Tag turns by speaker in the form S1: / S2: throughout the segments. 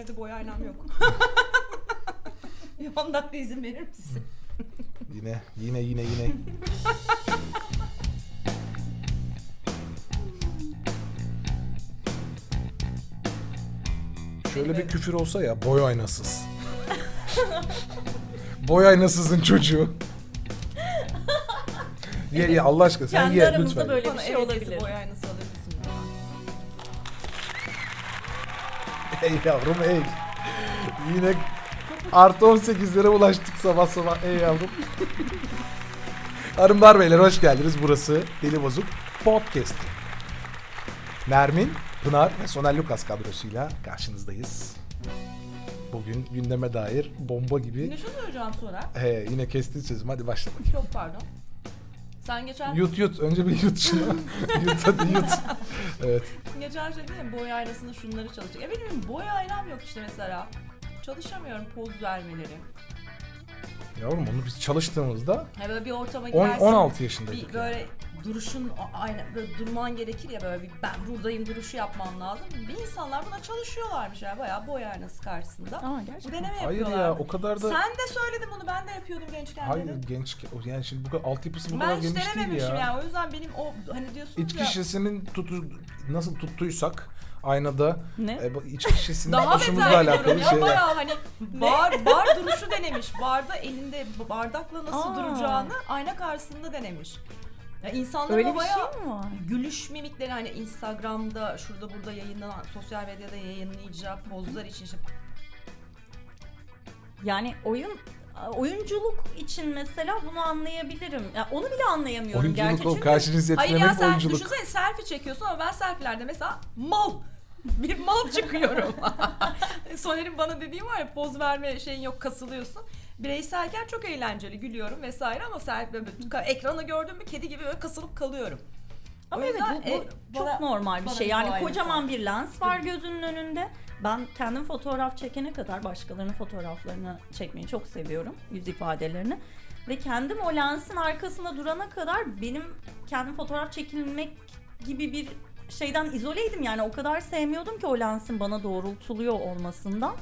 S1: Evde boy aynam yok. Bir 10 dakika izin verir misin?
S2: Yine yine yine yine. Şöyle bir küfür olsa ya boy aynasız. boy aynasızın çocuğu. ye ye Allah aşkına sen
S3: Kendi
S2: ye
S3: aramızda
S2: lütfen.
S3: böyle-
S1: Bana
S3: bir şey
S1: ev hediyesi
S3: olabilir.
S1: boy aynası alır mısın?
S2: Ey yavrum ey. Yine artı 18'lere ulaştık sabah sabah ey yavrum. Hanımlar beyler hoş geldiniz. Burası Deli Bozuk Podcast. Nermin, Pınar ve Soner Lucas kadrosuyla karşınızdayız. Bugün gündeme dair bomba gibi.
S1: Ne şunu soracağım sonra.
S2: He, yine kestin sözüm hadi başla bakayım.
S1: Çok pardon. Sen geçen
S2: Yut yut önce bir yut şunu. yut hadi yut. Evet.
S1: geçen şey dedin ya boy aynasında şunları çalışacak. Ya benim boy aynam yok işte mesela. Çalışamıyorum poz vermeleri.
S2: Yavrum onu biz çalıştığımızda
S1: Ya böyle bir ortama
S2: on-
S1: girersin.
S2: 16 yaşındaydık.
S1: bir böyle duruşun a- ayna böyle durman gerekir ya böyle bir ben buradayım duruşu yapman lazım. Bir insanlar buna çalışıyorlarmış ya bayağı boy aynası karşısında.
S3: Aa
S1: Bu
S3: gerçekten.
S1: deneme
S2: Hayır
S1: yapıyorlar.
S2: ya o kadar da...
S1: Sen de söyledin bunu ben de yapıyordum gençken
S2: Hayır
S1: dedin.
S2: genç o yani şimdi bu kadar altyapısı bu kadar
S1: Ben hiç
S2: geniş değil
S1: denememişim
S2: ya.
S1: yani o yüzden benim o hani diyorsunuz
S2: İç
S1: ya
S2: kişisinin tutu, nasıl tuttuysak aynada
S3: Ne?
S2: e, bu iç kişisinin
S1: daha
S2: başımızla
S1: beter
S2: alakalı
S1: gidiyorum ya
S2: şeyler.
S1: bayağı hani bar, bar duruşu denemiş. Barda elinde bardakla nasıl
S3: Aa.
S1: duracağını ayna karşısında denemiş. Ya insanların
S3: Öyle
S1: o
S3: bir
S1: bayağı
S3: şey mi var?
S1: gülüş mimikleri hani Instagram'da şurada burada yayınlanan sosyal medyada yayınlayacağı pozlar için işte
S3: Yani oyun oyunculuk için mesela bunu anlayabilirim. Ya onu bile anlayamıyorum gerçi.
S2: Oyunculuk o
S3: Çünkü
S2: karşınız
S1: Hayır ya
S2: etkilemek
S1: sen
S2: oyunculuk.
S1: düşünsene selfie çekiyorsun ama ben selfilerde mesela mal bir mal çıkıyorum. Soner'in bana dediği var ya poz verme şeyin yok kasılıyorsun. Bireyselken çok eğlenceli gülüyorum vesaire ama selfie ekranı gördüm mü kedi gibi böyle kasılıp kalıyorum.
S3: ama
S1: O
S3: evet
S1: yüzden,
S3: bu, bu
S1: e,
S3: çok
S1: bana-
S3: normal bir
S1: bana
S3: şey.
S1: bir
S3: Yani
S1: kolaylık
S3: kocaman bir lens var gözünün önünde. Ben kendim fotoğraf çekene kadar başkalarının fotoğraflarını çekmeyi çok seviyorum. Yüz ifadelerini. Ve kendim o lensin arkasında durana kadar benim kendim fotoğraf çekilmek gibi bir şeyden izoleydim yani o kadar sevmiyordum ki o lensin bana doğrultuluyor olmasından.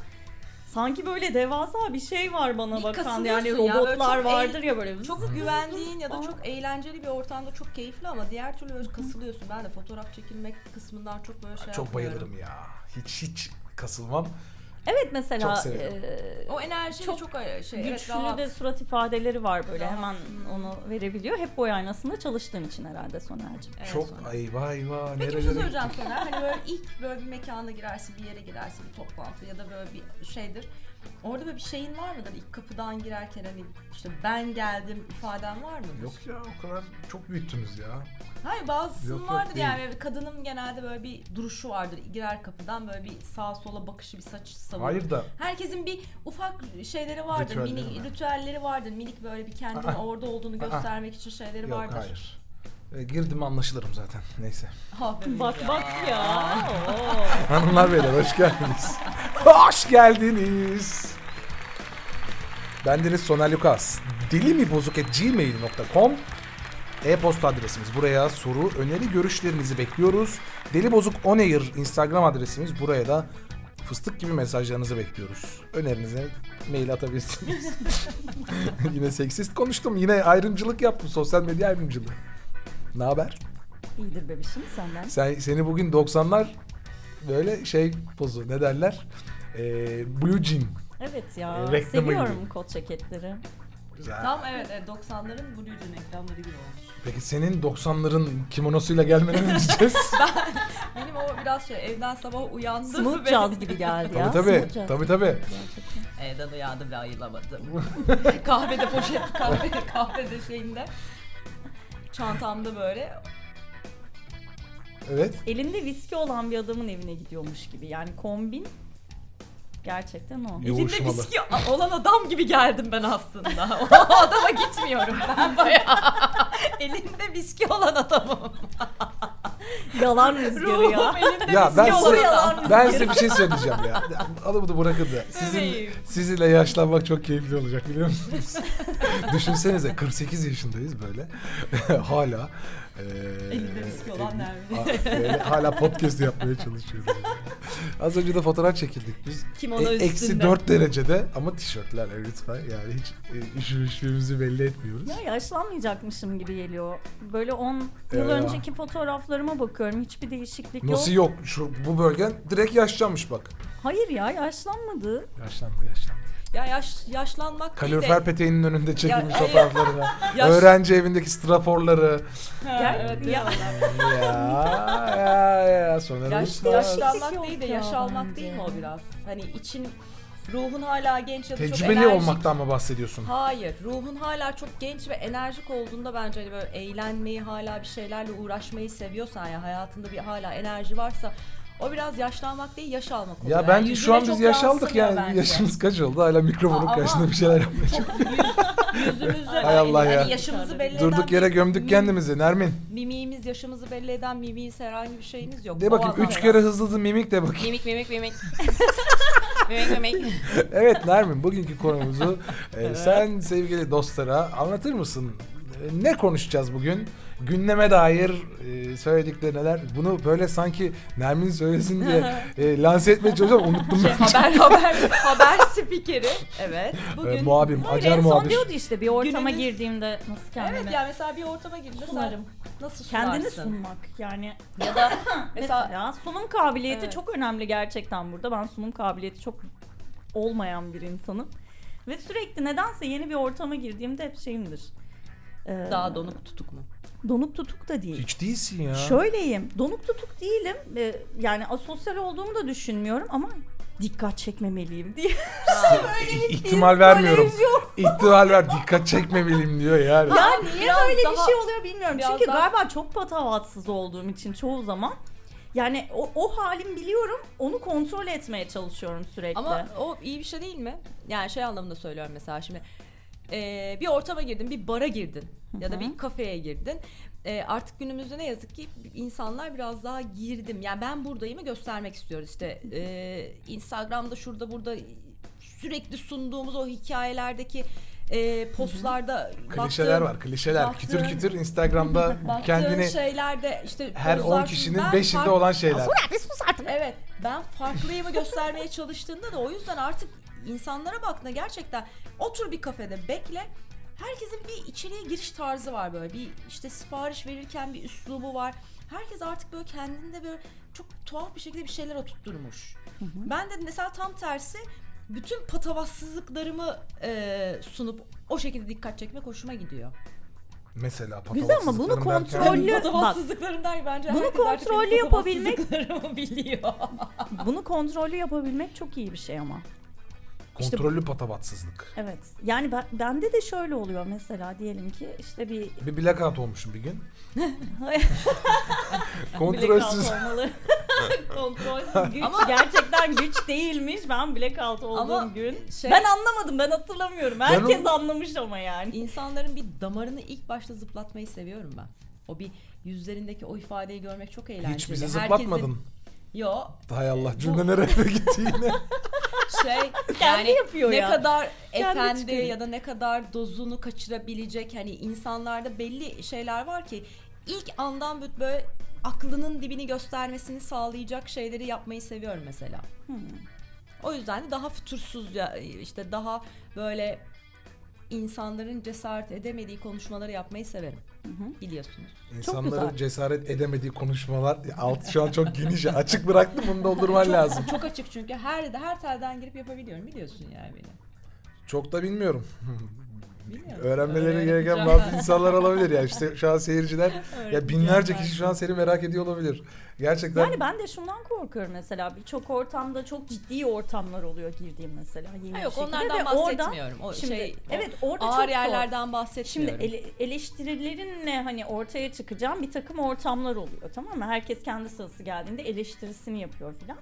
S3: Sanki böyle devasa bir şey var bana
S1: Bir
S3: bakan
S1: kasılıyorsun
S3: yani
S1: ya, böyle
S3: robotlar
S1: çok
S3: vardır ya böyle.
S1: Çok güvendiğin ya da
S3: Aa.
S1: çok eğlenceli bir ortamda çok keyifli ama diğer türlü böyle kasılıyorsun. Ben de fotoğraf çekilmek kısmından çok böyle şey
S2: Çok
S1: yapmıyorum.
S2: bayılırım ya. Hiç hiç kasılmam.
S3: Evet mesela
S2: Çok seviyorum.
S3: e,
S1: O enerjiyle çok,
S3: Çok
S1: çok ay- şey evet,
S3: güçlü
S1: rahat.
S3: de surat ifadeleri var böyle
S1: Rahat.
S3: hemen onu verebiliyor. Hep boy aynasında çalıştığın için herhalde Soner'cim.
S1: Evet,
S2: çok
S1: sonra.
S2: ayva eyvah
S1: Peki bir şey
S2: nerelere
S1: söyleyeceğim
S2: gittik.
S1: sana. Hani böyle ilk böyle bir mekana girersin, bir yere girersin, bir toplantı ya da böyle bir şeydir. Orada böyle bir şeyin var mıdır? İlk kapıdan girerken hani işte ben geldim ifaden var mıdır?
S2: Yok ya o kadar çok büyüttünüz ya.
S1: Hayır bazısının
S2: Yok, yok,
S1: vardır
S2: değil.
S1: yani. Böyle kadının genelde böyle bir duruşu vardır. Girer kapıdan böyle bir sağa sola bakışı, bir saç savurur.
S2: Hayır da
S1: Herkesin bir ufak şeyleri vardır,
S2: Ritüelleri
S1: minik
S2: mi?
S1: ritüelleri vardır. Minik böyle bir kendini
S2: Aa.
S1: orada olduğunu
S2: Aa.
S1: göstermek için şeyleri
S2: yok
S1: vardır.
S2: hayır. E, girdim anlaşılırım zaten. Neyse.
S1: Ah be
S3: Bak
S1: ya.
S3: bak ya. Oo.
S2: Hanımlar beyler hoş geldiniz. hoş geldiniz. Ben Deniz Soner Lukas. Deli mi bozuk gmail.com e-posta adresimiz. Buraya soru, öneri, görüşlerinizi bekliyoruz. Deli Bozuk On Air Instagram adresimiz. Buraya da fıstık gibi mesajlarınızı bekliyoruz. Önerinize mail atabilirsiniz. yine seksist konuştum. Yine ayrımcılık yaptım. Sosyal medya ayrımcılığı. Ne haber?
S3: İyidir bebişim senden.
S2: Sen, seni bugün 90'lar böyle şey pozu ne derler? Ee, blue jean.
S3: Evet ya.
S2: E, reklama
S3: Seviyorum
S2: gibi.
S3: kot ceketleri.
S2: Güzel.
S1: Tam evet, evet 90'ların Blue Jean reklamları gibi olmuş.
S2: Peki senin 90'ların kimonosuyla gelmene ne diyeceğiz?
S1: Benim o biraz şey evden sabah uyandım
S3: Smooth
S1: ve
S3: jazz gibi geldi ya.
S2: tabii tabii.
S3: smooth jazz.
S2: Tabii tabii.
S3: Gerçekten.
S1: evden uyandım ve ayılamadım. kahvede poşet, kahve, kahvede şeyinde. Çantamda böyle.
S2: Evet.
S3: Elinde viski olan bir adamın evine gidiyormuş gibi. Yani kombin gerçekten o.
S2: Yo-
S1: Elinde
S2: Yoğuşmalı.
S1: viski olan adam gibi geldim ben aslında. O adama gitmiyorum ben bayağı. Elinde viski olan adamım.
S3: Yalan rüzgarı
S1: Ruhum
S3: ya.
S1: elinde
S2: Ya ben
S1: viski olan
S2: size,
S1: adam.
S2: ben size bir şey söyleyeceğim ya. Alın bunu bırakın da. Sizin,
S1: Bebeğim.
S2: sizinle yaşlanmak çok keyifli olacak biliyor musunuz? Düşünsenize 48 yaşındayız böyle. Hala Ee,
S1: Elinde riski olan
S2: e,
S1: nerede?
S2: a- e, hala podcast yapmaya çalışıyoruz. Az önce de fotoğraf çekildik biz.
S1: Kim
S2: E, eksi 4 derecede ama tişörtlerle lütfen yani hiç e, üşümüşlüğümüzü belli etmiyoruz.
S3: Ya yaşlanmayacakmışım gibi geliyor. Böyle 10 yıl
S2: Eyvah.
S3: önceki fotoğraflarıma bakıyorum. Hiçbir değişiklik yok.
S2: Nasıl yok? Şu, bu bölgen direkt yaşlanmış bak.
S3: Hayır ya yaşlanmadı.
S2: Yaşlandı yaşlandı.
S1: Ya yaş, yaşlanmak
S2: Kalorifer peteğinin önünde çekilmiş
S1: Ya-
S2: fotoğraflarına.
S1: Yaş-
S2: Öğrenci evindeki straforları.
S1: Ha, evet,
S3: Ya-
S1: ya.
S2: ya ya ya Soner
S1: Yaş,
S2: Usta.
S1: yaşlanmak
S3: şey Yok
S1: değil de
S3: ya
S1: yaşalmak
S3: bence.
S1: değil mi o biraz? Hani için ruhun hala genç ya da çok
S2: Tecrübeli
S1: enerjik.
S2: olmaktan mı bahsediyorsun?
S1: Hayır, ruhun hala çok genç ve enerjik olduğunda bence hani böyle eğlenmeyi hala bir şeylerle uğraşmayı seviyorsan ya hayatında bir hala enerji varsa o biraz yaşlanmak değil yaş almak oluyor.
S2: Ya bence şu
S1: yüzüne
S2: an biz
S1: çok
S2: yaşaldık
S1: yansımıyor
S2: yani.
S1: bence.
S2: Yaşımız kaç oldu? Hala mikrofonun
S1: Aa, ama-
S2: karşısında bir şeyler yapmaya
S1: Yüzümüzü,
S2: Hay Allah
S1: hani
S2: ya.
S1: yaşımızı belli eden
S2: Durduk yere
S1: bir
S2: gömdük kendimizi Nermin.
S1: Mimimiz, yaşımızı belli eden mimiğimiz herhangi bir şeyiniz yok.
S2: De
S1: O
S2: bakayım
S1: anlamda.
S2: üç kere hızlı hızlı mimik de bakayım.
S4: Mimik mimik mimik. mimik mimik.
S2: evet Nermin bugünkü konumuzu e, sen sevgili dostlara anlatır mısın? E, ne konuşacağız bugün? Gündeme dair e, söyledikleri neler? Bunu böyle sanki Nermin söylesin diye e, lanse etmeye çalışıyorum ama unuttum ben.
S1: haber haber haber spikeri. Evet. Bugün
S2: E, muhabim,
S3: Hayır
S2: acar
S3: en son
S2: muhabir.
S3: diyordu işte bir ortama
S1: Gününüz-
S3: girdiğimde nasıl kendimi.
S1: Evet yani mesela bir ortama girdiğinde sen
S3: Sunarım.
S1: Nasıl sunarsın?
S3: Kendini sunmak yani.
S1: Ya da
S3: Mesela,
S1: mesela
S3: sunum kabiliyeti
S1: Evet.
S3: çok önemli gerçekten burada. Ben sunum kabiliyeti çok olmayan bir insanım. Ve sürekli nedense yeni bir ortama girdiğimde hep şeyimdir. Ee,
S1: daha donuk tutuk mu?
S3: donuk tutuk da değil.
S2: Hiç değilsin ya.
S3: Şöyleyim, donuk tutuk değilim. Ee, yani asosyal olduğumu da düşünmüyorum ama dikkat çekmemeliyim diye.
S2: İ- İhtimal vermiyorum. İhtimal ver. Dikkat çekmemeliyim diyor yani.
S3: Ya niye
S1: biraz
S3: böyle bir
S1: daha-
S3: şey oluyor bilmiyorum.
S1: biraz
S3: Çünkü
S1: daha-
S3: galiba çok patavatsız olduğum için çoğu zaman. Yani o, o halim biliyorum, onu kontrol etmeye çalışıyorum sürekli.
S1: Ama o iyi bir şey değil mi? Yani şey anlamında söylüyorum mesela şimdi. Ee, bir ortama girdin, bir bara girdin ya da bir kafeye girdin. Ee, artık günümüzde ne yazık ki insanlar biraz daha girdim. Yani ben buradayımı göstermek istiyoruz işte. Ee, Instagram'da şurada burada sürekli sunduğumuz o hikayelerdeki e, postlarda
S2: Klişeler
S1: baktığım-
S2: var klişeler.
S1: baktığın-
S2: kütür kütür Instagram'da
S1: baktığın
S2: kendini
S3: şey,
S1: şeylerde işte
S2: her 10
S1: pozlar-
S2: kişinin
S1: Ben
S2: 5'inde
S1: fark-
S2: olan şeyler.
S1: Evet ben farklıyımı göstermeye çalıştığımda da o yüzden artık insanlara baktığında gerçekten otur bir kafede bekle. Herkesin bir içeriye giriş tarzı var böyle bir işte sipariş verirken bir üslubu var. Herkes artık böyle kendinde böyle çok tuhaf bir şekilde bir şeyler oturtturmuş. Ben de mesela tam tersi bütün patavatsızlıklarımı e, sunup o şekilde dikkat çekmek hoşuma gidiyor.
S2: Mesela
S3: Güzel ama bunu
S2: patavatsızlıklarım derken-
S3: kontrol- Rollü-
S1: patavatsızlıklarımdan bence
S3: Bunu
S1: herkes artık benim
S3: kontrollü yapabilmek-
S1: patavatsızlıklarımı biliyor.
S3: Bunu kontrollü yapabilmek çok iyi bir şey ama. İşte-
S2: Kontrollü patavatsızlık.
S3: Evet. Yani ben, bende de şöyle oluyor mesela diyelim ki işte bir
S2: Bir blackout olmuşum bir gün.
S3: blackout
S2: Kontrolsüz.
S3: olmalı. Kontrolsüz güç gerçekten güç değilmiş. Ben blackout olduğum
S1: Ama
S3: gün.
S1: şey-
S3: Ben anlamadım. Ben hatırlamıyorum.
S2: onu-
S3: Herkes anlamış ama yani.
S1: İnsanların bir damarını ilk başta zıplatmayı seviyorum ben. O bir yüzlerindeki o ifadeyi görmek çok eğlenceli.
S2: Hiç bizi
S1: Herkesin-
S2: zıplatmadın.
S1: Yo
S2: Hay Allah cümle nereye gitti yine.
S1: şey
S3: Kendi
S1: yani
S3: yapıyor
S1: ne
S3: ya.
S1: kadar
S3: Kendi
S1: efendi
S3: çıkarıyor.
S1: ya da ne kadar dozunu kaçırabilecek hani insanlarda belli şeyler var ki ilk andan bö- böyle aklının dibini göstermesini sağlayacak şeyleri yapmayı seviyorum mesela. O yüzden de daha fütursuz ya işte daha böyle insanların cesaret edemediği konuşmaları yapmayı severim. Biliyorsunuz.
S2: İnsanların
S3: güzel.
S2: cesaret edemediği konuşmalar altı şu an çok geniş. ya. Açık bıraktım bunu doldurman lazım.
S1: Çok açık çünkü her her telden girip yapabiliyorum biliyorsun yani beni.
S2: Çok da bilmiyorum.
S1: Biliyorum.
S2: Öğrenmeleri
S1: Öyle
S2: gereken
S1: yapacağım.
S2: bazı insanlar olabilir ya. İşte şu an seyirciler ya binlerce kişi şu an seni merak ediyor olabilir. Gerçekten
S3: Yani ben de şundan korkuyorum mesela birçok ortamda çok ciddi ortamlar oluyor girdiğim mesela yeni
S1: Ha
S3: bir
S1: yok
S3: şekilde
S1: onlardan
S3: ve orada-
S1: bahsetmiyorum. O
S3: şimdi,
S1: şey o
S3: evet orada çok
S1: ağır
S3: zor.
S1: yerlerden
S3: Şimdi
S1: bahsetmiyorum.
S3: ele- eleştirilerinle hani ortaya çıkacağım bir takım ortamlar oluyor tamam mı? Herkes kendi sırası geldiğinde eleştirisini yapıyor filan.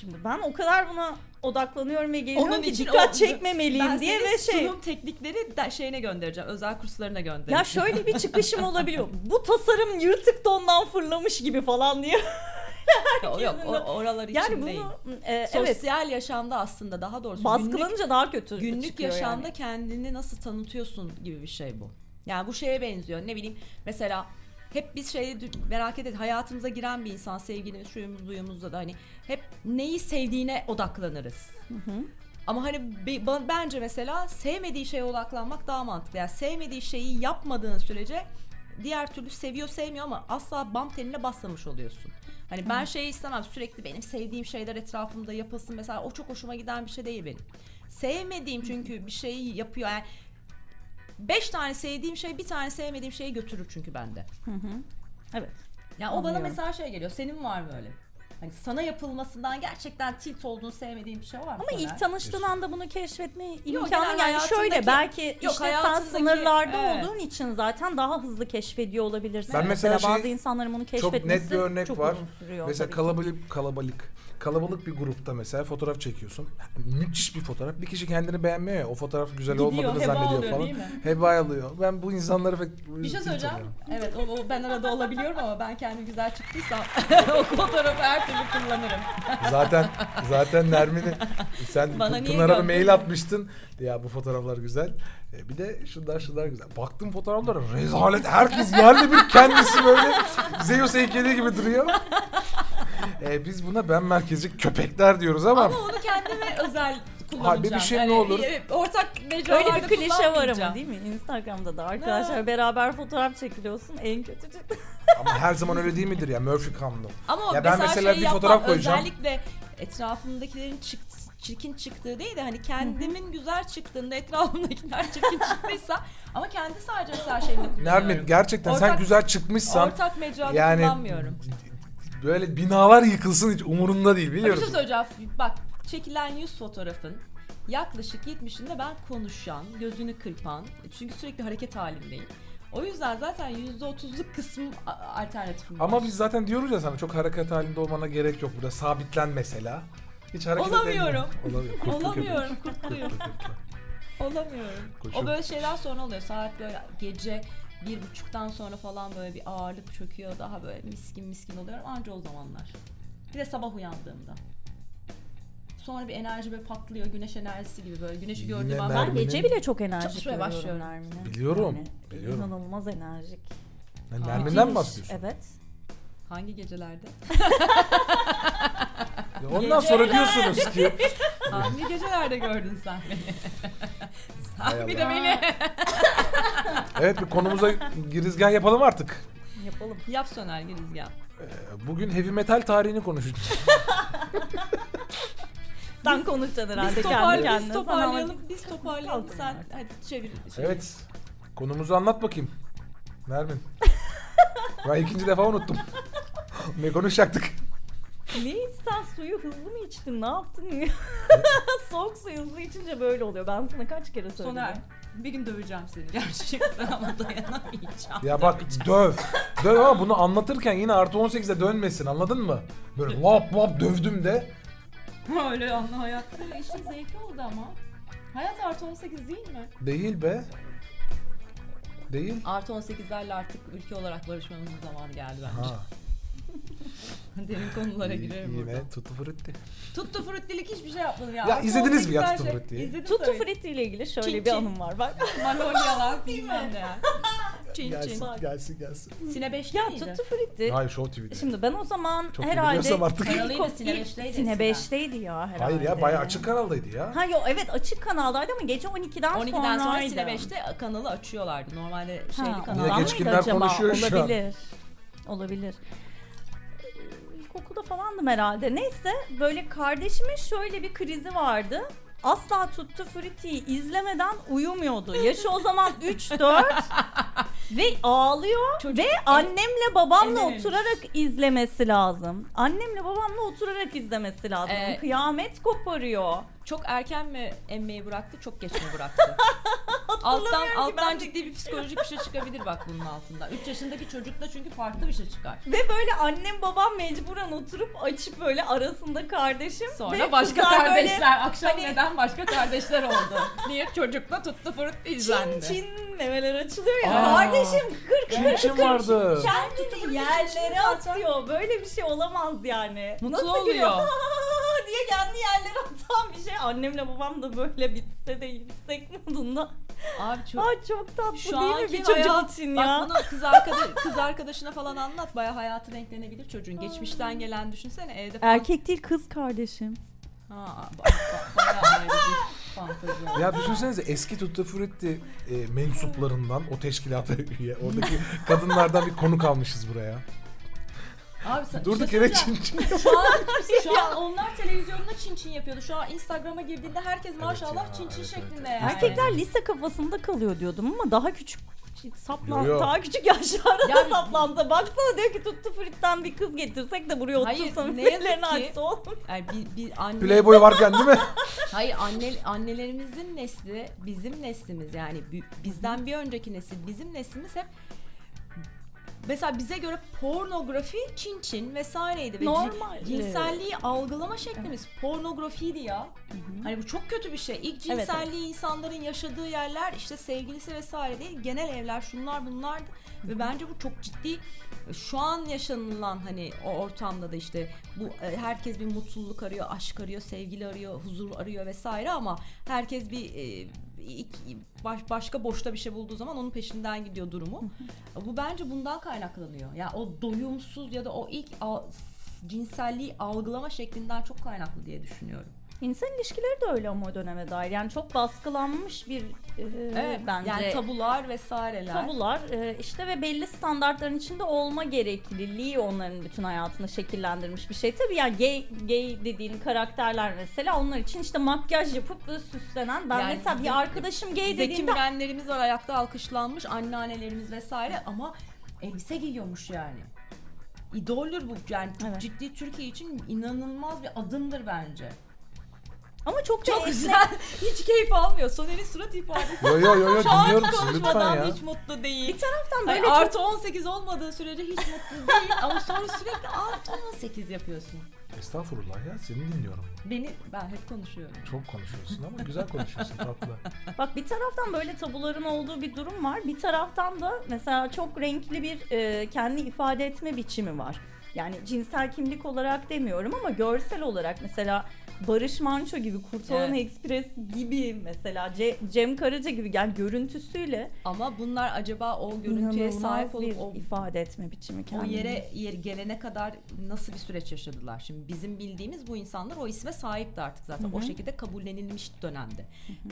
S3: Şimdi ben o kadar buna odaklanıyorum ve geliyorum ki dikkat
S1: o-
S3: çekmemeliyim
S1: ben
S3: diye
S1: seni
S3: ve şey.
S1: sunum teknikleri de şeyine göndereceğim. Özel kurslarına göndereceğim.
S3: Ya şöyle bir çıkışım olabiliyor. Bu tasarım yırtık dondan fırlamış gibi falan diye.
S1: yok, yok o, oralar için
S3: Yani
S1: değil.
S3: bunu e, evet
S1: Sosyal yaşamda aslında daha doğrusu günlük,
S3: baskılanınca daha kötü
S1: günlük
S3: çıkıyor
S1: yaşamda
S3: yani.
S1: kendini nasıl tanıtıyorsun gibi bir şey bu. Yani bu şeye benziyor. Ne bileyim mesela hep biz şeyi dü- merak ederiz. Hayatımıza giren bir insan sevgilimiz, şuyumuz, buyumuzda da hani hep neyi sevdiğine odaklanırız. Ama hani be- ba- bence mesela sevmediği şeye odaklanmak daha mantıklı. Yani sevmediği şeyi yapmadığın sürece diğer türlü seviyor sevmiyor ama asla bam teline basmamış oluyorsun. Hani ben şeyi istemem sürekli benim sevdiğim şeyler etrafımda yapılsın mesela o çok hoşuma giden bir şey değil benim. Sevmediğim çünkü bir şeyi yapıyor yani beş tane sevdiğim şey bir tane sevmediğim şeyi götürür çünkü bende.
S3: Evet.
S1: Ya o bana
S3: Anlıyorum.
S1: mesela şey geliyor senin var mı öyle? Hani sana yapılmasından gerçekten tilt olduğun sevmediğin bir şey var mı?
S3: Ama
S1: Soner?
S3: ilk tanıştığın anda bunu keşfetme
S1: genel
S3: imkanı yani şöyle
S1: hayatındaki-
S3: belki işte sen
S1: hayatındaki-
S3: sınırlarda
S1: evet.
S3: olduğun için zaten daha hızlı keşfediyor olabilirsin.
S2: Ben mesela
S3: bazı
S2: şey-
S3: insanların bunu
S2: çok
S3: keşfetmesi
S2: net bir örnek
S3: çok
S2: var.
S3: uzun sürüyor.
S2: Mesela
S3: tabii ki.
S2: kalabalık kalabalık kalabalık bir grupta mesela fotoğraf çekiyorsun. Müthiş bir fotoğraf. Bir kişi kendini beğenmiyor ya. O fotoğraf güzel
S1: Gidiyor,
S2: olmadığını
S1: heba
S2: zannediyor
S1: alıyor,
S2: falan.
S1: değil mi?
S2: Heba alıyor. Ben bu insanları pek
S1: Bir şey
S2: tilt
S1: söyleyeceğim.
S2: oluyorum.
S1: Evet o, o- ben arada olabiliyorum ama ben kendim güzel çıktıysam o fotoğrafı her türlü kullanırım.
S2: Zaten zaten Nermin'i sen
S1: Bana niye
S2: Pınar'a bir
S1: gönderdin?
S2: mail atmıştın. Ya bu fotoğraflar güzel. E, Bir de şunlar şunlar güzel. Baktım fotoğraflara rezalet. Herkes yerli bir kendisi böyle Zeus heykeli gibi duruyor. E, biz buna ben merkezi köpekler diyoruz ama,
S1: Ama onu kendime özel kullanacağım.
S2: Abi bir şey ne olur?
S1: evet, Ortak mecralarda
S3: Öyle bir klişe var ama
S1: kullanmayacağım.
S3: değil mi? Instagram'da da arkadaşlar beraber fotoğraf çekiliyorsun en kötü.
S2: ama her zaman öyle değil midir ya Murphy Kanunu.
S1: Ama
S2: Ya ben
S1: mesela,
S2: mesela
S1: şey
S2: bir
S1: yapmam,
S2: fotoğraf koyacağım.
S1: Özellikle etrafımdakilerin çıkt- çirkin çıktığı değil de hani kendimin güzel çıktığında etrafımdakiler çirkin çıktıysa ama kendi sadece mesela şeyini kullanıyorum.
S2: Nermin gerçekten sen
S1: Ortak-
S2: güzel çıkmışsan
S1: Ortak mecrada
S2: yani
S1: kullanmıyorum.
S2: böyle binalar yıkılsın hiç umurunda değil
S1: Bir
S2: biliyorsun.
S1: şey söyleyeceğim. Bak çekilen yüz fotoğrafın yaklaşık 70'inde ben konuşan, gözünü kırpan. Çünkü sürekli hareket halindeyim. O yüzden zaten %30'luk kısmı a- alternatifim var.
S2: Ama biz zaten diyoruz ya sana çok hareket halinde olmana gerek yok. Burada sabitlen mesela. Hiç hareket
S1: Olamıyorum.
S2: etme. Olamıyorum. Kurtlu köpek.
S1: Olamıyorum, kurtluyum.
S2: Kurtlu köpek.
S1: Olamıyorum.
S2: Koşun.
S1: O böyle şeyler sonra oluyor. Saat böyle gece bir buçuktan sonra falan böyle bir ağırlık çöküyor. Daha böyle miskin miskin oluyorum. Anca o zamanlar. Bir de sabah uyandığımda. Sonra bir enerji böyle patlıyor. Güneş enerjisi gibi böyle. Güneşi
S2: Yine
S1: gördüğüm an
S2: Nermin-
S1: ben
S3: Gece bile çok enerjik
S1: Çalışmaya
S3: görüyorum
S1: başlıyorum.
S3: Nermin'i.
S2: Biliyorum, biliyorum.
S3: İnanılmaz enerjik.
S2: Ya
S1: Aa,
S2: Nermin'den
S1: Neden
S2: mi bahsediyorsun?
S3: Evet.
S1: hangi gecelerde?
S2: Ya Ondan sonra diyorsunuz ki
S1: hangi gecelerde gördün sen beni?
S2: Hay
S1: sen bir de
S2: Allah.
S1: beni.
S2: evet bir konumuza girizgah yapalım artık.
S3: Yapalım.
S1: Yap Söner Girizgah.
S2: Ee, Bugün heavy metal tarihini konuşacağız.
S3: Sen konuşacaksın herhalde
S1: Biz,
S3: kendi
S1: topar,
S3: kendine.
S1: biz
S3: Sen anlat.
S1: toparlayalım. Biz toparlayalım.
S3: Kalkın
S1: Sen
S3: artık.
S1: hadi çevir. şey.
S2: Evet. Konumuzu anlat bakayım. Nermin. Ben ikinci defa unuttum. ne konuşacaktık?
S3: Ne sen suyu hızlı mı içtin? Ne yaptın? Soğuk suyu hızlı içince böyle oluyor. Ben sana kaç kere söyledim.
S1: Soner bir gün döveceğim seni gerçekten ama dayanamayacağım.
S2: Ya bak döv. Döv ama bunu anlatırken yine artı 18'e dönmesin anladın mı? Böyle lap lap dövdüm de.
S1: Öyle anla hayatta işin zevkli oldu ama. Hayat artı 18 değil mi?
S2: Değil be. Değil.
S1: Artı 18'lerle artık ülke olarak barışmamızın zamanı geldi bence.
S2: Ha.
S1: Derin konulara
S2: y-
S1: girerim
S2: yine
S1: burada.
S2: tuttu fırıttı.
S1: Tuttu fruttilik hiçbir şey yapmadım ya.
S2: Ya
S1: Artı
S2: izlediniz mi ya
S1: 18'ler
S2: Tutti
S1: şey-
S2: Frutti'yi?
S1: İzledim
S3: Tutu
S1: tabii.
S3: Fritti ile ilgili şöyle
S1: Çin
S3: bir
S1: çin.
S3: anım var bak.
S1: Manolyalar bilmem ne. ya. Çin çin.
S2: gelsin gelsin.
S1: Sine 5
S3: Ya
S1: miydi?
S3: Tutu Fritti.
S2: Hayır Show TV'de.
S3: Şimdi ben o zaman
S2: Çok iyi biliyorsam
S3: herhalde
S2: artık.
S3: ilk
S1: Kanalıydı,
S3: o-
S1: Sine
S3: ilk-
S1: beşteydi
S3: Sine
S1: eskiden.
S3: 5'teydi ya herhalde.
S2: Hayır ya bayağı açık kanaldaydı ya.
S3: Ha yok evet açık kanaldaydı ama gece 12'den,
S1: 12'den sonra
S3: sonraydı.
S1: Sine 5'te kanalı açıyorlardı. Normalde şeyli
S3: Ha,
S1: kanal.
S2: Yine
S3: ondan
S2: geç
S3: mıydı
S2: günler
S3: acaba?
S2: konuşuyoruz şu an.
S3: Olabilir. Olabilir. Ee, İlkokulda falandım herhalde. Neyse böyle kardeşimin şöyle bir krizi vardı. Asla tuttu Friti'yi izlemeden uyumuyordu. Yaşı o zaman 3-4 ve ağlıyor
S1: Çocuk-
S3: ve annemle babamla
S1: Elden ölmüş.
S3: oturarak izlemesi lazım. Annemle babamla oturarak izlemesi lazım.
S1: Ee,
S3: Kıyamet koparıyor.
S1: Çok erken mi emmeyi bıraktı, çok geç mi bıraktı? alttan alttan ciddi bir psikolojik bir şey çıkabilir bak bunun altında. 3 yaşındaki çocukta çünkü farklı bir şey çıkar.
S3: Ve böyle annem babam mecburen oturup açıp böyle arasında kardeşim
S1: Sonra
S3: ve
S1: başka
S3: kızlar böyle hani-
S1: kardeşler, akşam neden başka kardeşler oldu? Niye çocukla tuttu fırıt
S3: Çin
S1: izlendi?
S3: çin memeler açılıyor ya.
S2: Aa.
S3: Kardeşim kırk
S2: Çin çin vardı.
S3: kendini yerlere atıyor. Böyle bir şey olamaz yani.
S1: Mutlu
S3: Nasıl
S1: oluyor.
S3: gülüyor? diye kendi yerlere atan bir şey. Annemle babam da böyle bitse de yüksek modunda
S1: Abi çok
S3: Ay çok tatlı
S1: Şu
S3: değil mi
S1: anki
S3: bir çocuk
S1: hayat-
S3: için ya?
S1: Bak bunu kız, arkada, kız arkadaşına falan anlat. Baya hayatı renklenebilir çocuğun. Geçmişten gelen düşünsene evde falan.
S3: Erkek değil kız kardeşim.
S1: Ha, bak, bak, bayağı ayrı bir fantezi.
S2: Ya düşünsenize eski Tutti Frutti e, mensuplarından o teşkilata üye oradaki kadınlardan bir konuk almışız buraya.
S1: Abi sen,
S2: Durduk
S1: işte
S2: yere
S1: şey söyleyeceğim.
S2: çin çin.
S1: Şu an, şu an onlar televizyonda çin çin yapıyordu. Şu an Instagram'a girdiğinde herkes maşallah
S2: ya,
S1: çin çin
S2: evet,
S1: şeklinde
S2: evet.
S1: yani.
S3: Erkekler lise kafasında kalıyor diyordum ama daha küçük saplan
S2: Yo, yo.
S3: daha küçük yaşlarda
S1: Ya
S3: da
S1: bir-
S3: saplandı. Baksana diyor ki tuttu fritten bir kız getirsek de buraya
S1: Hayır,
S3: otursan
S1: ne yazık
S3: ellerini
S1: ki-
S3: açsa olmuyor.
S1: Yani bir, bir anne,
S2: Playboy varken değil mi?
S1: hayır anne, annelerimizin nesli bizim neslimiz yani bi- bizden bir önceki nesil bizim neslimiz hep mesela bize göre pornografi çin çin vesaireydi ve cin-
S3: Normal.
S1: cinselliği algılama şeklimiz pornografiydi ya. Hani bu çok kötü bir şey. İlk
S3: Evet,
S1: cinselliği insanların yaşadığı yerler işte sevgilisi vesaire değil genel evler şunlar bunlardı. Ve bence bu çok ciddi şu an yaşanılan hani o ortamda da işte bu e, herkes bir mutluluk arıyor, aşk arıyor, sevgili arıyor, huzur arıyor vesaire ama herkes bir e, ilk- baş- başka boşta bir şey bulduğu zaman onun peşinden gidiyor durumu. bu bence bundan kaynaklanıyor. Ya o doyumsuz ya da o ilk al- cinselliği algılama şeklinden çok kaynaklı diye düşünüyorum.
S3: İnsan ilişkileri de öyle ama o döneme dair. Yani çok baskılanmış bir e, bence
S1: Yani tabular vesaireler.
S3: tabular e, işte ve belli standartların içinde olma gerekliliği onların bütün hayatını şekillendirmiş bir şey. Tabii yani gay, gay dediğin karakterler mesela onlar için işte makyaj yapıp böyle süslenen. Ben
S1: Yani
S3: mesela
S1: bizim-
S3: bir arkadaşım gay
S1: Zeki
S3: dediğimde
S1: Mürenlerimiz var ayakta alkışlanmış, anneannelerimiz vesaire ama elbise giyiyormuş yani. İdoldür bu yani çok
S3: Evet.
S1: ciddi Türkiye için inanılmaz bir adımdır bence.
S3: ama çok, da
S1: Çok
S3: esnek-
S1: güzel. hiç keyif almıyor. Soner'in surat ifadesi.
S2: Yo yo yo yo
S1: Şu an
S2: dinliyorum sizi lütfen
S1: konuşmadan
S2: ya.
S1: hiç mutlu değil.
S3: Bir taraftan
S1: Ay,
S3: böyle çok
S1: artı 18 olmadığı sürece hiç mutlu değil. Ama sonra sürekli artı 18 yapıyorsun.
S2: Estağfurullah ya seni dinliyorum.
S1: Beni ben hep konuşuyorum.
S2: Çok konuşuyorsun ama güzel konuşuyorsun tatlı.
S3: Bak bir taraftan böyle tabuların olduğu bir durum var. Bir taraftan da mesela çok renkli bir e, kendi ifade etme biçimi var. Yani cinsel kimlik olarak demiyorum ama görsel olarak mesela Barış Manço gibi, Kurtalan
S1: Evet.
S3: Express gibi mesela Ce- Cem Karaca gibi yani görüntüsüyle
S1: Ama bunlar acaba o görüntüye
S3: inanılmaz
S1: sahip
S3: bir
S1: olup o
S3: ifade etme biçimi
S1: O
S3: kendini.
S1: yere, yere gelene kadar nasıl bir süreç yaşadılar? Şimdi bizim bildiğimiz bu insanlar o isme sahipti artık zaten.
S3: Hı
S1: O
S3: hı.
S1: şekilde kabullenilmiş dönemde.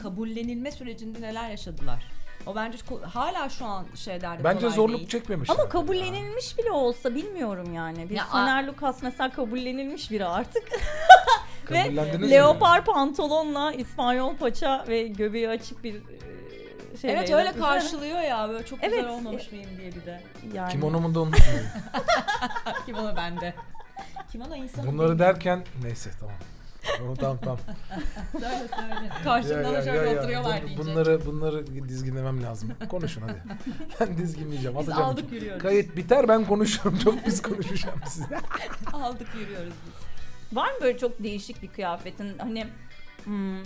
S1: Kabullenilme sürecinde neler yaşadılar? O bence ko- hala şu an şeylerde
S2: Bence
S1: kolay
S2: zorluk
S1: değil.
S2: çekmemiş.
S3: ama
S2: herhalde ya.
S3: kabullenilmiş bile olsa bilmiyorum yani. Bir
S1: Ya, a-
S3: Soner Lucas mesela kabullenilmiş biri artık.
S2: Kabullendiniz mi?
S3: Leopar pantolonla İspanyol paça ve göbeği açık bir e, şey.
S1: Evet
S3: böyle.
S1: öyle karşılıyor ya böyle çok
S3: Evet.
S1: güzel olmamış mıyım diye bir de.
S3: Yani.
S2: Kimonomu da unutmayın.
S1: Kimono bende. Kimono insanı
S2: Bunları
S1: değil.
S2: derken neyse tamam. Tamam tamam. tamam.
S1: Söyle söyle.
S2: Ya,
S1: Karşımda
S2: ya,
S1: da
S2: ya,
S1: şöyle
S2: ya.
S1: oturuyorlar
S2: Bun-
S1: diyecek.
S2: Bunları bunları dizginlemem lazım. Konuşun hadi. Ben dizginleyeceğim.
S1: Biz
S2: Atacağım.
S1: aldık yürüyoruz.
S2: Kayıt biter ben konuşurum. Çok biz konuşacağım size.
S1: Aldık yürüyoruz biz.
S3: Var mı böyle çok değişik bir kıyafetin hani hmm,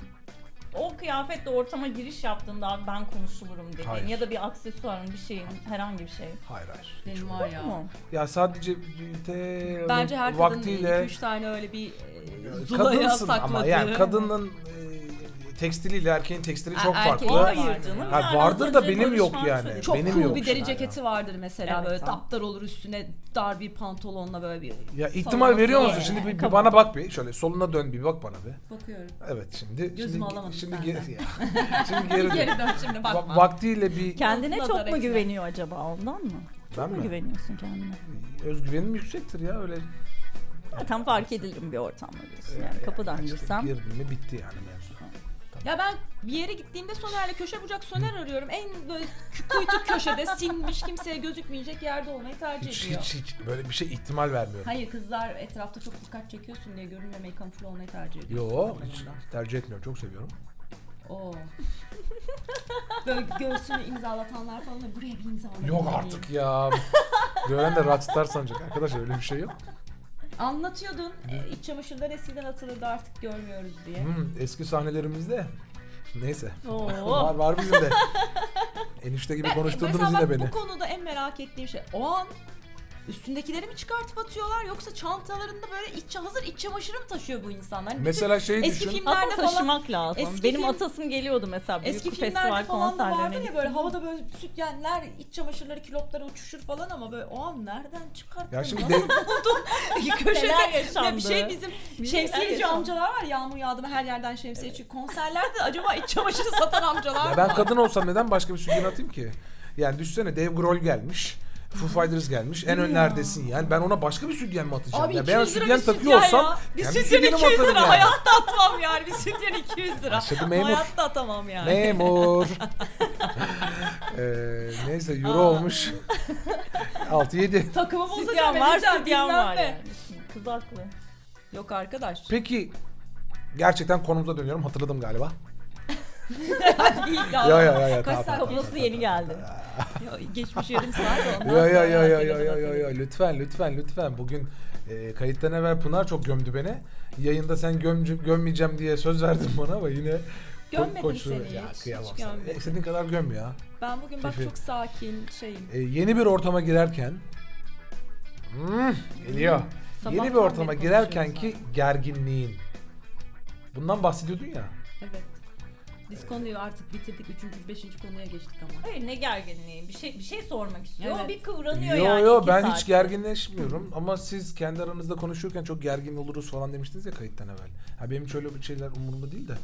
S3: o kıyafetle ortama giriş yaptığında abi ben konuşulurum dediğin
S2: Hayır.
S3: ya da bir aksesuarın bir şeyin herhangi bir şey.
S2: Hayır hayır. hiç
S1: Benim
S2: yok.
S1: var ya.
S3: Mu?
S2: Ya sadece bir te
S1: Bence her kadının
S2: vaktiyle
S1: 2-3 tane öyle bir e, zulaya
S2: kadınsın
S1: sakladığı.
S2: ama yani kadının e, tekstiliyle erkeğin tekstili
S1: Er-
S2: çok
S1: erkeğin-
S2: farklı.
S1: Hayır
S3: Hayır canım.
S1: canım,
S2: Ha,
S3: yani
S2: vardır da
S3: hazır
S2: benim yok
S3: Barış
S2: yani.
S3: Manço'da-
S1: Çok
S2: Benim
S1: cool
S2: yok
S1: bir
S2: şu
S1: deri
S2: an ya.
S1: ceketi vardır mesela
S3: Evet,
S1: böyle
S3: tamam.
S1: daptar olur üstüne dar bir pantolonla böyle bir
S2: Ya ihtimal
S1: sallaması
S2: veriyor
S1: var.
S2: musun? Şimdi bir- bir,
S3: Kabul.
S2: bana bak bir. Şöyle soluna dön bir bak bana bir.
S1: bakıyorum.
S2: Evet şimdi.
S1: Gözümü
S2: şimdi,
S1: alamadım
S2: şimdi
S1: senden.
S2: geri, ya. şimdi geri, dön.
S1: Geri dön şimdi bakma.
S2: Va- vaktiyle bir
S3: Kendine
S1: Nazar
S3: çok mu
S1: etme.
S3: güveniyor acaba ondan mı?
S2: ben
S3: Mı
S2: mi?
S3: güveniyorsun kendine?
S2: Özgüvenim yüksektir ya öyle.
S3: Zaten fark edilirim bir ortamda diyorsun
S2: Ya,
S3: yani kapıdan
S2: işte
S3: girsem.
S2: Girdim mi bitti yani mevzu.
S1: Ya ben bir yere gittiğimde Soner'le köşe bucak Soner arıyorum. En böyle kü- kuytu köşede sinmiş kimseye gözükmeyecek yerde olmayı tercih
S2: Hiç,
S1: ediyor.
S2: hiç hiç böyle bir şey ihtimal vermiyorum.
S1: Hayır kızlar etrafta çok dikkat çekiyorsun diye görünmemeyi kamufle olmayı tercih ediyor.
S2: Yo hiç tercih etmiyorum. Çok seviyorum.
S1: Oo. Böyle göğsünü imzalatanlar falan da buraya bir imza alayım
S2: Yok
S1: diyeyim.
S2: artık ya. Gören de rockstar sanacak. Arkadaşlar öyle bir şey yok.
S1: Anlatıyordun e, iç çamaşırlar eskiden atılırdı artık görmüyoruz diye.
S2: Hmm, eski sahnelerimizde. Neyse.
S3: Oo.
S2: Var var bizim de. Enişte gibi konuşturdunuz
S1: E, Mesela
S2: yine
S1: bak
S2: beni.
S1: bu konuda en merak ettiğim şey o an Üstündekileri mi çıkartıp atıyorlar yoksa çantalarında böyle iç, hazır iç çamaşırı mı taşıyor bu insanlar? Hani bütün
S2: Mesela şey
S1: eski
S2: düşün.
S1: film-
S3: Aslında
S1: Nerede falan-
S3: taşımak lazım.
S1: Eski
S3: Benim
S1: film-
S3: atasım geliyordu mesela büyük
S1: Eski filmlerde
S3: festival
S1: falan da vardır
S3: konserlerine.
S1: ya böyle havada böyle sütyenler, iç çamaşırları, kilopları uçuşur falan ama böyle o an nereden çıkarttın?
S2: Ya şimdi
S1: Nasıl
S2: de-
S1: buldun?
S3: Neler
S1: Köşede
S3: yaşandı?
S1: bir şey bizim
S3: Bir şeyler
S1: şemsiyeci
S3: yaşandı.
S1: amcalar var yağmur yağdı mı her yerden şemsiye çıkıyor. Konserlerde acaba iç çamaşırı satan amcalar
S2: Ya ben kadın olsam neden başka bir sütyen atayım ki? Yani düşsene Dave Grohl gelmiş. Foo Fighters gelmiş. En önlerdesin yani. Ben ona başka bir sütyen mi atacağım?
S1: Hmm. Abi
S2: ya
S1: 200
S2: ben
S1: lira
S2: sütyen
S1: bir sütyen
S2: takıyor olsam
S1: ya. Bir
S2: kendi
S1: sütyen
S2: sütyenimi
S1: 200 lira
S2: atarım yani.
S1: hayatta atmam yani. Bir sütyen 200 lira.
S2: Aşırı memur.
S1: Hayatta atamam yani.
S2: Memur. Ee, neyse euro olmuş. 6-7.
S1: Takımı bozacağım.
S3: Sütyen var,
S1: edeceğim,
S3: sütyen
S1: bilmem
S3: var
S1: ne.
S3: yani. Kız haklı.
S1: Yok arkadaş.
S2: Peki gerçekten konumuza dönüyorum. Hatırladım galiba.
S1: İyi
S2: Ya ya ya ya.
S1: Kaç saat
S2: tamam, tamam,
S3: Kapısı yeni geldi.
S1: Ya, Geçmiş yarım saat ondan
S2: Ya ya
S1: sonra
S2: ya ya ya
S1: hatırladım,
S2: ya ya
S1: hatırladım.
S2: ya lütfen lütfen lütfen bugün e, kayıttan evvel Pınar çok gömdü beni. Yayında sen gömcü, gömmeyeceğim diye söz verdin bana ama yine ko-
S1: Gömmedim
S2: koçu-
S1: seni
S2: Ya
S1: hiç,
S2: kıyamam
S1: hiç
S2: sana.
S1: gömmedim.
S2: E, İstediğin kadar göm ya.
S1: Ben bugün bak
S2: Fifi.
S1: çok sakin şeyim.
S2: E, yeni bir ortama girerken Hmm, geliyor. yeni
S1: Sabahtan
S2: bir ortama
S1: beri
S2: girerken ki
S1: konuşuyoruz
S2: gerginliğin. Bundan bahsediyordun ya.
S1: Evet. Biz konuyu artık bitirdik. Üçüncü, beşinci konuya geçtik ama.
S3: Hayır ne gerginliği? Bir şey bir şey sormak istiyor.
S1: Evet.
S3: Bir kıvranıyor
S2: yo
S3: yani.
S2: yo
S3: iki
S2: ben
S3: saat.
S2: hiç gerginleşmiyorum ama siz kendi aranızda konuşurken çok gergin oluruz falan demiştiniz ya kayıttan evvel. Ha benim hiç öyle bir şeyler umurumda değil de.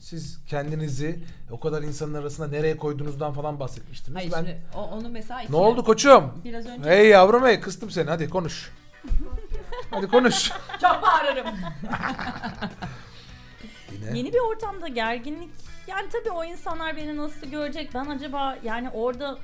S2: Siz kendinizi o kadar insanın arasında nereye koyduğunuzdan falan bahsetmiştiniz.
S1: Hayır
S2: ben
S1: şimdi o, onu mesela
S2: Ne
S1: ikiye-
S2: oldu koçum?
S1: Biraz önce
S2: Hey yavrum hey kıstım seni hadi konuş. hadi konuş.
S1: çok bağırırım.
S2: Yine.
S3: Yeni bir ortamda gerginlik. Yani tabii o insanlar beni nasıl görecek? Ben acaba yani orada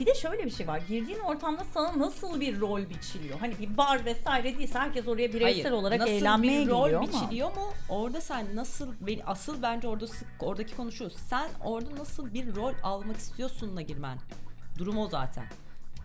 S3: bir de şöyle bir şey var. Girdiğin ortamda sana nasıl bir rol biçiliyor? Hani bir bar vesaire değilse herkes oraya bireysel
S1: Hayır,
S3: olarak
S1: nasıl
S3: eğlenmeye
S1: bir rol
S3: geliyor ama.
S1: biçiliyor mu? Orada sen nasıl bir asıl bence orada sık- oradaki konuşuyoruz. Sen orada nasıl bir rol almak istiyorsunla girmen. Durum o zaten.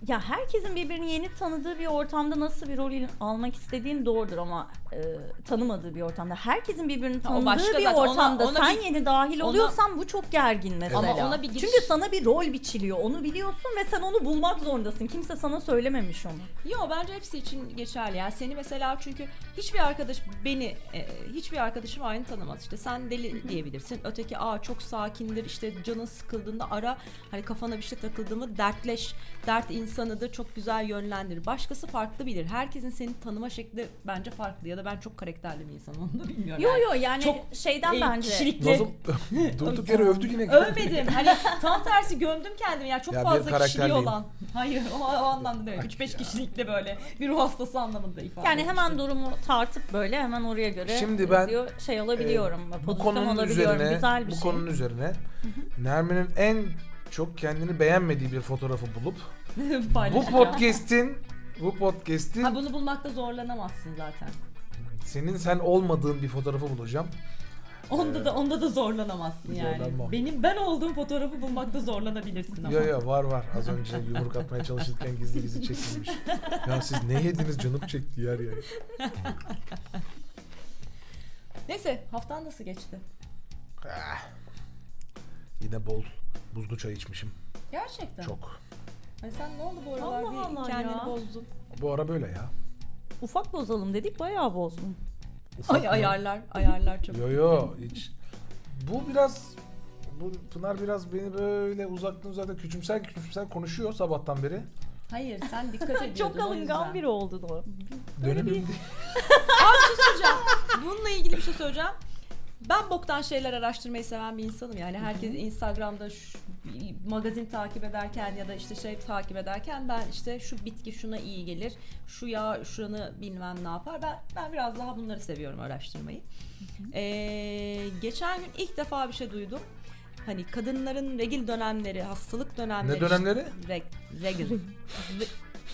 S3: Ya herkesin birbirini yeni tanıdığı bir ortamda nasıl bir rol almak istediğin doğrudur ama e, tanımadığı bir ortamda herkesin birbirini
S1: Ha, o
S3: tanıdığı
S1: başka
S3: bir
S1: zaten. Ona-
S3: ortamda
S1: ona
S3: sen
S1: bir-
S3: yeni dahil
S1: ona-
S3: oluyorsan bu çok gergin mesela.
S1: Ama ona bir giriş-
S3: Çünkü sana bir rol biçiliyor. Onu biliyorsun ve sen onu bulmak zorundasın. Kimse sana söylememiş onu.
S1: Yo bence hepsi için geçerli. Yani seni mesela çünkü hiçbir arkadaş beni e, hiçbir arkadaşım aynı tanımaz. İşte sen deli diyebilirsin. Öteki aa çok sakindir. İşte canın sıkıldığında ara hani kafana bir şey takıldı mı dertleş. Dert insanıdır. Çok güzel yönlendirir. Başkası farklı bilir. Herkesin seni tanıma şekli bence farklı ya da ben çok karakterli bir insanım onu da bilmiyorum.
S3: Yo
S1: yani.
S3: yo yani
S1: Çok,
S3: şeyden
S1: e,
S3: bence.
S1: kişilikli.
S2: Nazım durduk yere övdü yine.
S1: Övmedim. Hani tam tersi gömdüm kendimi. Yani çok
S2: Ya bir
S1: fazla kişiliği
S2: karakterliyim.
S1: olan. Hayır o, o anlamda değil.
S2: Ay
S1: 3-5
S2: ya.
S1: kişilikle böyle bir ruh hastası anlamında ifade
S3: Yani hemen
S1: etmiştim.
S3: durumu tartıp böyle hemen oraya göre
S2: Şimdi ben,
S3: diyor, şey alabiliyorum.
S2: Ee, bu
S3: pozisyon
S2: konunun
S3: alabiliyorum.
S2: üzerine,
S3: Güzel bir
S2: bu
S3: şey.
S2: konunun üzerine Nermin'in en çok kendini beğenmediği bir fotoğrafı bulup bu
S1: Paylaşacağım.
S2: podcast'in bu podcast'in
S1: Ha bunu bulmakta zorlanamazsın zaten.
S2: senin sen olmadığın bir fotoğrafı bulacağım. Ee,
S1: Onda da onda da zorlanamazsın yani.
S2: Zorlanmam.
S1: Benim ben olduğum fotoğrafı bulmakta zorlanabilirsin ama.
S2: Ya ya var var. Az önce yumruk atmaya çalışırken gizli gizli çekilmiş. ya siz ne yediniz canım çekti yer ya.
S1: Neyse haftan nasıl geçti?
S2: Ah. Yine bol buzlu çay içmişim.
S1: Gerçekten.
S2: Çok.
S1: Ay sen ne oldu bu aralar
S3: Allah
S1: bir
S3: Allah
S1: kendini
S3: ya.
S1: bozdun.
S2: Bu ara böyle ya.
S3: Ufak bozalım dedik bayağı bozdum.
S2: Ufak
S1: Ay
S2: mı?
S1: ayarlar ayarlar çok.
S2: Yo yo hiç. Bu biraz bu Pınar biraz beni böyle uzaktan uzakta küçümser küçümser konuşuyor sabahtan beri.
S1: Hayır sen dikkat ediyordun.
S3: Çok
S1: o
S3: alıngan
S1: yüzden.
S3: biri oldu da.
S2: Dönemim değil.
S1: söyleyeceğim. Bununla ilgili bir şey söyleyeceğim. Ben boktan şeyler araştırmayı seven bir insanım yani herkes Instagram'da şu, magazin takip ederken ya da işte şey takip ederken ben işte şu bitki şuna iyi gelir, şu yağ şuranı bilmem ne yapar. Ben ben biraz daha bunları seviyorum araştırmayı. Ee, geçen gün ilk defa bir şey duydum. Hani kadınların regil dönemleri, hastalık dönemleri.
S2: Ne dönemleri?
S1: Işte, reg- regil.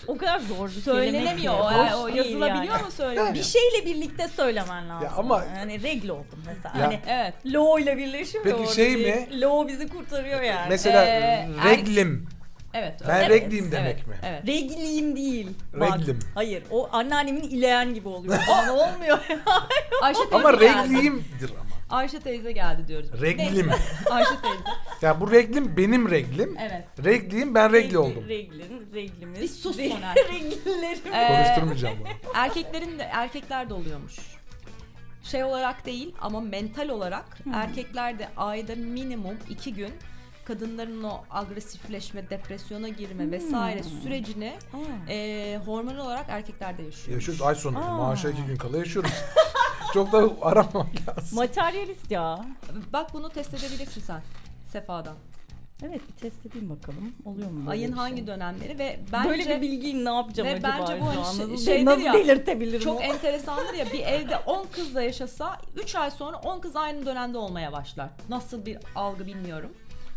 S3: O kadar zor bir kelime ki.
S1: Söylenemiyor. O,
S3: Hoş
S1: o
S3: değil
S1: yazılabiliyor
S3: yani.
S1: mu söyleniyor?
S3: Bir şeyle birlikte söylemen lazım.
S2: Ya ama-
S3: yani regle oldum mesela.
S2: Ya-
S3: Hani
S1: Evet.
S3: lo ile birleşiyor.
S2: Peki
S3: orada
S2: şey
S3: bir-
S2: mi?
S3: Lo bizi kurtarıyor yani.
S2: Mesela
S1: Ee,
S2: reglim.
S1: Evet.
S2: Ben
S1: öyle.
S2: regliyim demek
S1: evet,
S2: mi?
S1: Evet.
S3: Regliyim değil. Bak,
S2: Reglim.
S3: Hayır o anneannemin ileyen gibi oluyor. Aman olmuyor.
S1: Ayşe teyze
S2: Ama
S1: geldi.
S2: regliyimdir ama.
S1: Ayşe teyze geldi diyoruz.
S2: Reglim.
S1: Ayşe teyze.
S2: Ya bu reglim benim reglim.
S3: Evet.
S2: Regliyim ben regli oldum.
S3: Reglin, reglimiz.
S1: Bir sus
S3: Re-
S1: Soner.
S3: Reglilerim.
S1: Ee,
S2: Konuşturmayacağım bunu.
S1: erkeklerin de erkekler de oluyormuş. Şey olarak değil ama mental olarak erkekler de ayda minimum iki gün kadınların o agresifleşme, depresyona girme vesaire sürecini e, hormon olarak erkeklerde yaşıyor.
S2: Yaşıyoruz ay sonu.
S3: Aa.
S2: Maaşa iki gün kala yaşıyoruz. Çok da aramam lazım.
S3: Materyalist ya.
S1: Bak bunu test edebilirsin sen Sefa'dan.
S3: Evet bir test edeyim bakalım. Oluyor mu? böyle
S1: Ayın
S3: bir
S1: hangi
S3: şey?
S1: dönemleri ve bence
S3: Böyle bir bilgiyi ne yapacağım
S1: Ve
S3: acaba?
S1: bence bu
S3: şu
S1: hani
S3: an?
S1: şey-
S3: Nasıl-
S1: şeydir
S3: Nasıl
S1: ya,
S3: delirtebilirim?
S1: çok
S3: Çok
S1: enteresandır ya bir evde 10 kızla yaşasa 3 ay sonra 10 kız aynı dönemde olmaya başlar. Nasıl bir algı bilmiyorum.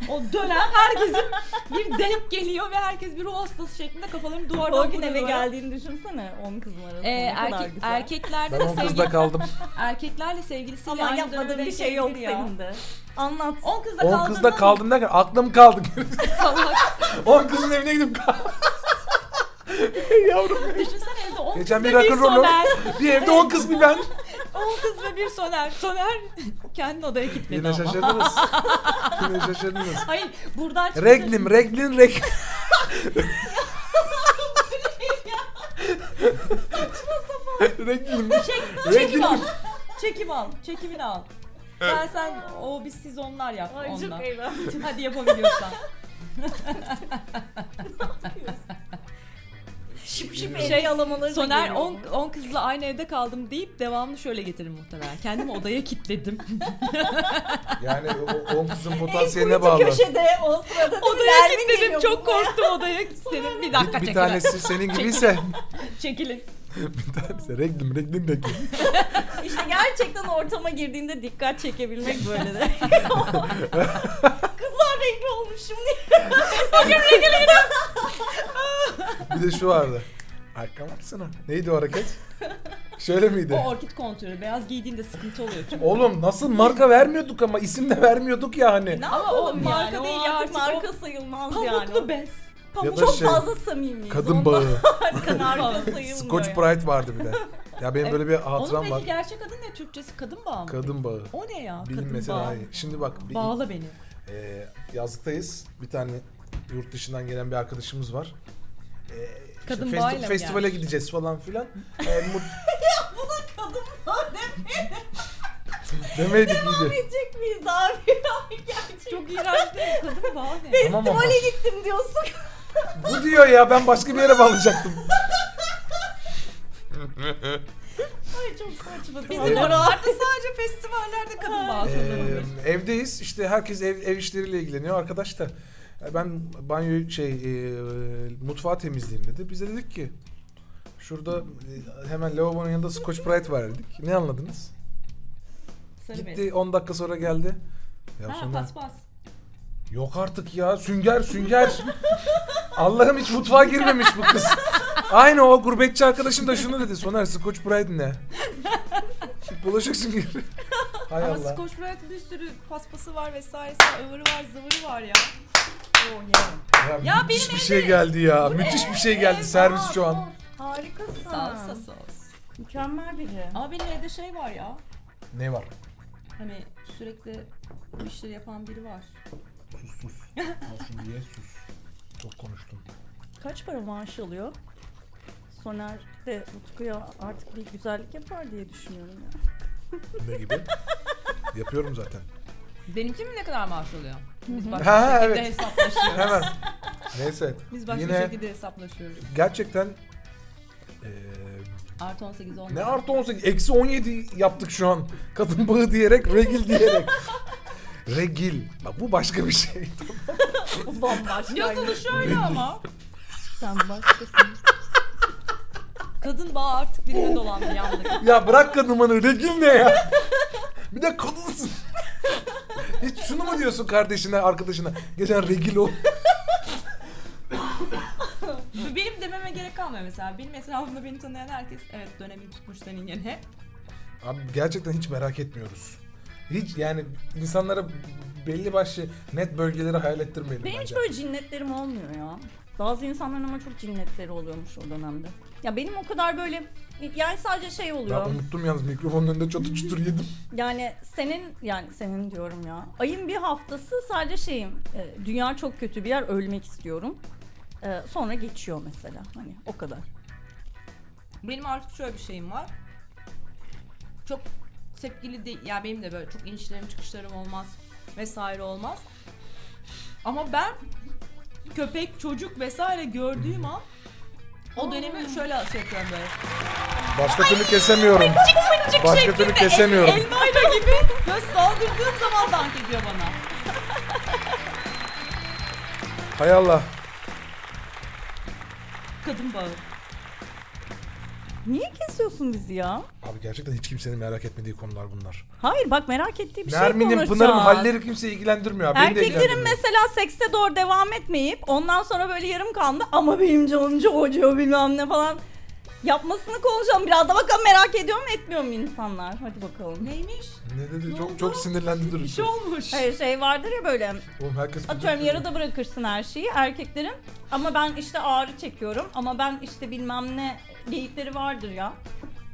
S1: O dönem herkesin bir denk geliyor ve herkes bir ruh hastası şeklinde kafalarını duvardan
S3: o gün eve
S1: vuruyor.
S3: geldiğini düşünsene 10 kızın arasında.
S1: Ee,
S3: ne kadar
S1: erkek,
S3: güzel.
S1: erkeklerde
S2: Ben
S1: de
S2: on kızda
S1: sevgili,
S2: kaldım.
S1: erkeklerle sevgilisiyle
S3: Ama
S1: aynı
S3: yapmadığın
S1: dönemde
S3: bir şey yok
S1: sevgili ya.
S3: senin de. Anlat.
S1: 10 kızda kaldın.
S2: On kızda kaldım derken aklım kaldı.
S1: Salak.
S2: On kızın evine gidip kaldım. Yavrum.
S1: Düşünsene evde 10
S2: Geçen bir
S1: kız ve bir
S2: rock'n'roll'um.
S1: soner.
S2: Bir evde on kız bir ben.
S1: 10 kız ve bir soner. Soner kendi odaya kilitledi
S2: Yine
S1: ama.
S2: şaşırdınız. Yine şaşırdınız.
S1: Hayır buradan çıktı.
S2: Reglim, reglin, reg...
S1: Şey,
S2: reglim.
S1: Çek,
S2: Renkli
S1: çekim al.
S2: mi?
S1: Çekim al. Çekimini al. Ben sen o biz siz onlar yap
S3: Ay
S1: onunla.
S3: çok eğlendim.
S1: Hadi yapabiliyorsan.
S3: şıp şıp
S1: Şey,
S3: şey yalamaları
S1: Soner 10 10 kızla aynı evde kaldım deyip devamlı şöyle getirir muhtemelen. Kendimi odaya kilitledim.
S2: Yani o- o- on kızın
S3: Potansiyeline
S2: potansiyeline bağlı.
S3: köşede o sırada da
S1: Odaya
S3: Nermin
S1: kilitledim.
S3: geliyor
S1: Çok
S3: buraya.
S1: korktum odaya kilitledim. Bir dakika
S2: Bir, bir
S1: çekilin.
S2: tanesi senin gibiyse.
S1: Çekilin.
S2: bir tanesi reglim, reglim, reglim.
S3: İşte gerçekten ortama girdiğinde dikkat çekebilmek böyle de. Kızlar renkli olmuş şimdi.
S2: Bir de şu vardı. Arkama baksana. Neydi o hareket? Şöyle miydi?
S1: O orkid kontürü beyaz giydiğinde sıkıntı oluyor çünkü.
S2: Oğlum nasıl marka vermiyorduk ama isim de vermiyorduk ya hani.
S3: Ne
S1: Ama o
S3: yapalım yani?
S1: marka
S3: O
S1: değil ya, artık o-
S3: marka sayılmaz yani.
S1: Pamuklu bez.
S2: Ya da
S3: Çok
S2: şey,
S3: fazla samimiyiz.
S2: Kadın
S3: Ondan
S2: bağı.
S3: Marka marka sayılmıyor.
S2: Scotch
S3: yani.
S2: Pride vardı bir de. Ya benim böyle bir
S1: Onun
S2: hatıram
S1: peki
S2: var.
S1: gerçek adı ne? Türkçesi kadın bağı mı?
S2: Kadın bağı.
S1: O ne ya? kadın
S2: Bilinmesi
S1: bağı.
S2: daha iyi. Şimdi bak bir,
S1: Bağla beni.
S2: e, yazlıktayız. Bir tane yurt dışından gelen bir arkadaşımız var. E, işte
S1: Kadın
S2: festi-
S1: bağıyla mı
S2: festivale
S1: gelmiş?
S2: gideceğiz falan filan. E, mut-
S3: Kadın bağı demeye
S2: demeydik
S3: devam
S2: iyiydi.
S3: edecek miyiz abi? Ay, Gerçekten.
S1: Çok iğrenç değil mi? Kadın bağı ne?
S2: Tamam ama
S3: Festivale gittim diyorsun.
S2: bu diyor ya ben başka bir yere bağlayacaktım.
S3: Ay çok saçma.
S1: Bizim
S2: Öyle mi?
S1: oralarda sadece festivallerde kadın balkonları
S2: Ee,
S1: var.
S2: evdeyiz işte herkes ev, ev işleriyle ilgileniyor arkadaş da e, ben banyo şey e, mutfağı temizleyeyim dedi. Biz de dedik ki şurada e, hemen lavabonun yanında Scotch Brite var dedik. Ne anladınız?
S1: Sarı bez.
S2: Gitti 10 dakika sonra geldi. Ya
S1: Ha
S2: sonra-
S1: paspas.
S2: Yok artık ya sünger sünger. Allah'ım hiç mutfağa girmemiş bu kız. Aynı o gurbetçi arkadaşım da şunu dedi. Soner Scotch Brite ne? Bulaşık süngeri. Hay
S1: Ama
S2: Allah.
S1: Scotch Brite'ın bir sürü paspası var vesairesi, ıvırı var, zıvırı var ya. Oh,
S2: Ya,
S1: Ya
S2: müthiş
S1: benim
S2: bir şey geldi ya. Müthiş bir şey geldi servis şu an.
S3: Harikasın.
S1: Salsa sos.
S3: Mükemmel biri.
S1: Ama benim evde şey var ya.
S2: Ne var?
S1: Hani sürekli bu işleri yapan biri var.
S2: Sus sus. Ya şimdi ye sus. Çok konuştum.
S3: Kaç para maaş alıyor? Soner de Utku'ya artık bir güzellik yapar diye düşünüyorum ya.
S2: Ne gibi? Yapıyorum zaten.
S1: Benimki mi ne kadar maaş oluyor? Biz başka
S2: Ha,
S1: şekilde
S2: evet.
S1: hesaplaşıyoruz.
S2: Hemen. Neyse.
S1: Biz başka şey
S2: Yine
S1: şekilde hesaplaşıyoruz.
S2: gerçekten eee
S1: Artı 18 olmuyor.
S2: Ne artı 18? Eksi 17 yaptık şu an. Kadın bağı diyerek, regil diyerek. regil. Bak bu başka bir şey.
S3: O bambaşka.
S1: Yazılı şöyle ama.
S3: Sen başkasın.
S1: Kadın bağı artık birine dolandı yandık.
S2: ya bırak kadın bana regil ne ya? bir de kadınsın. Hiç şunu mu diyorsun kardeşine, arkadaşına? Geçen regil ol.
S1: Benim dememe gerek kalmıyor mesela. Benim etrafımda beni tanıyan herkes evet dönemin tutmuş senin yerine.
S2: Abi gerçekten hiç merak etmiyoruz. Hiç yani insanlara belli başlı net bölgeleri hayal ettirmeyelim
S3: Benim hiç
S2: bence.
S3: böyle cinnetlerim olmuyor ya. Bazı insanların ama çok cinnetleri oluyormuş o dönemde. Ya benim o kadar böyle yani sadece şey oluyor.
S2: Ben unuttum yalnız mikrofonun önünde çatı çutur yedim.
S3: Yani senin yani senin diyorum ya. Ayın bir haftası sadece şeyim. e, dünya çok kötü bir yer ölmek istiyorum. E, sonra geçiyor mesela hani o kadar.
S1: Benim artık şöyle bir şeyim var. Çok tepkili değil. Ya benim de böyle çok inişlerim çıkışlarım olmaz vesaire olmaz. Ama ben köpek, çocuk vesaire gördüğüm an o dönemi şöyle şey yapıyorum böyle.
S2: Başka türlü kesemiyorum. Başka türlü kesemiyorum.
S1: Elmayla gibi göz saldırdığım zaman dank ediyor bana.
S2: Hay Allah.
S1: Kadın bağı.
S3: Niye kesiyorsun bizi ya?
S2: Abi gerçekten hiç kimsenin merak etmediği konular bunlar.
S3: Hayır bak merak ettiği bir şey
S2: Nermin'in,
S3: konuşacağız.
S2: Pınar'ın halleri kimseyi ilgilendirmiyor. abi, beni de
S3: Erkeklerin
S2: ilgilendirmiyor.
S3: mesela sekse doğru devam etmeyip ondan sonra böyle yarım kaldı ama benim canım çok acıyor bilmem ne falan yapmasını konuşalım. Biraz da bakalım merak ediyor mu etmiyor mu insanlar? Hadi bakalım.
S1: Neymiş?
S2: Ne dedi?
S1: Ne
S2: Çok
S1: oldu?
S2: çok sinirlendi
S1: Bir
S2: duruşu.
S1: şey olmuş.
S3: Hayır şey vardır ya böyle
S2: Oğlum herkes...
S3: atıyorum yarıda bırakırsın her şeyi erkeklerin ama ben işte ağrı çekiyorum ama ben işte bilmem ne geyikleri vardır ya.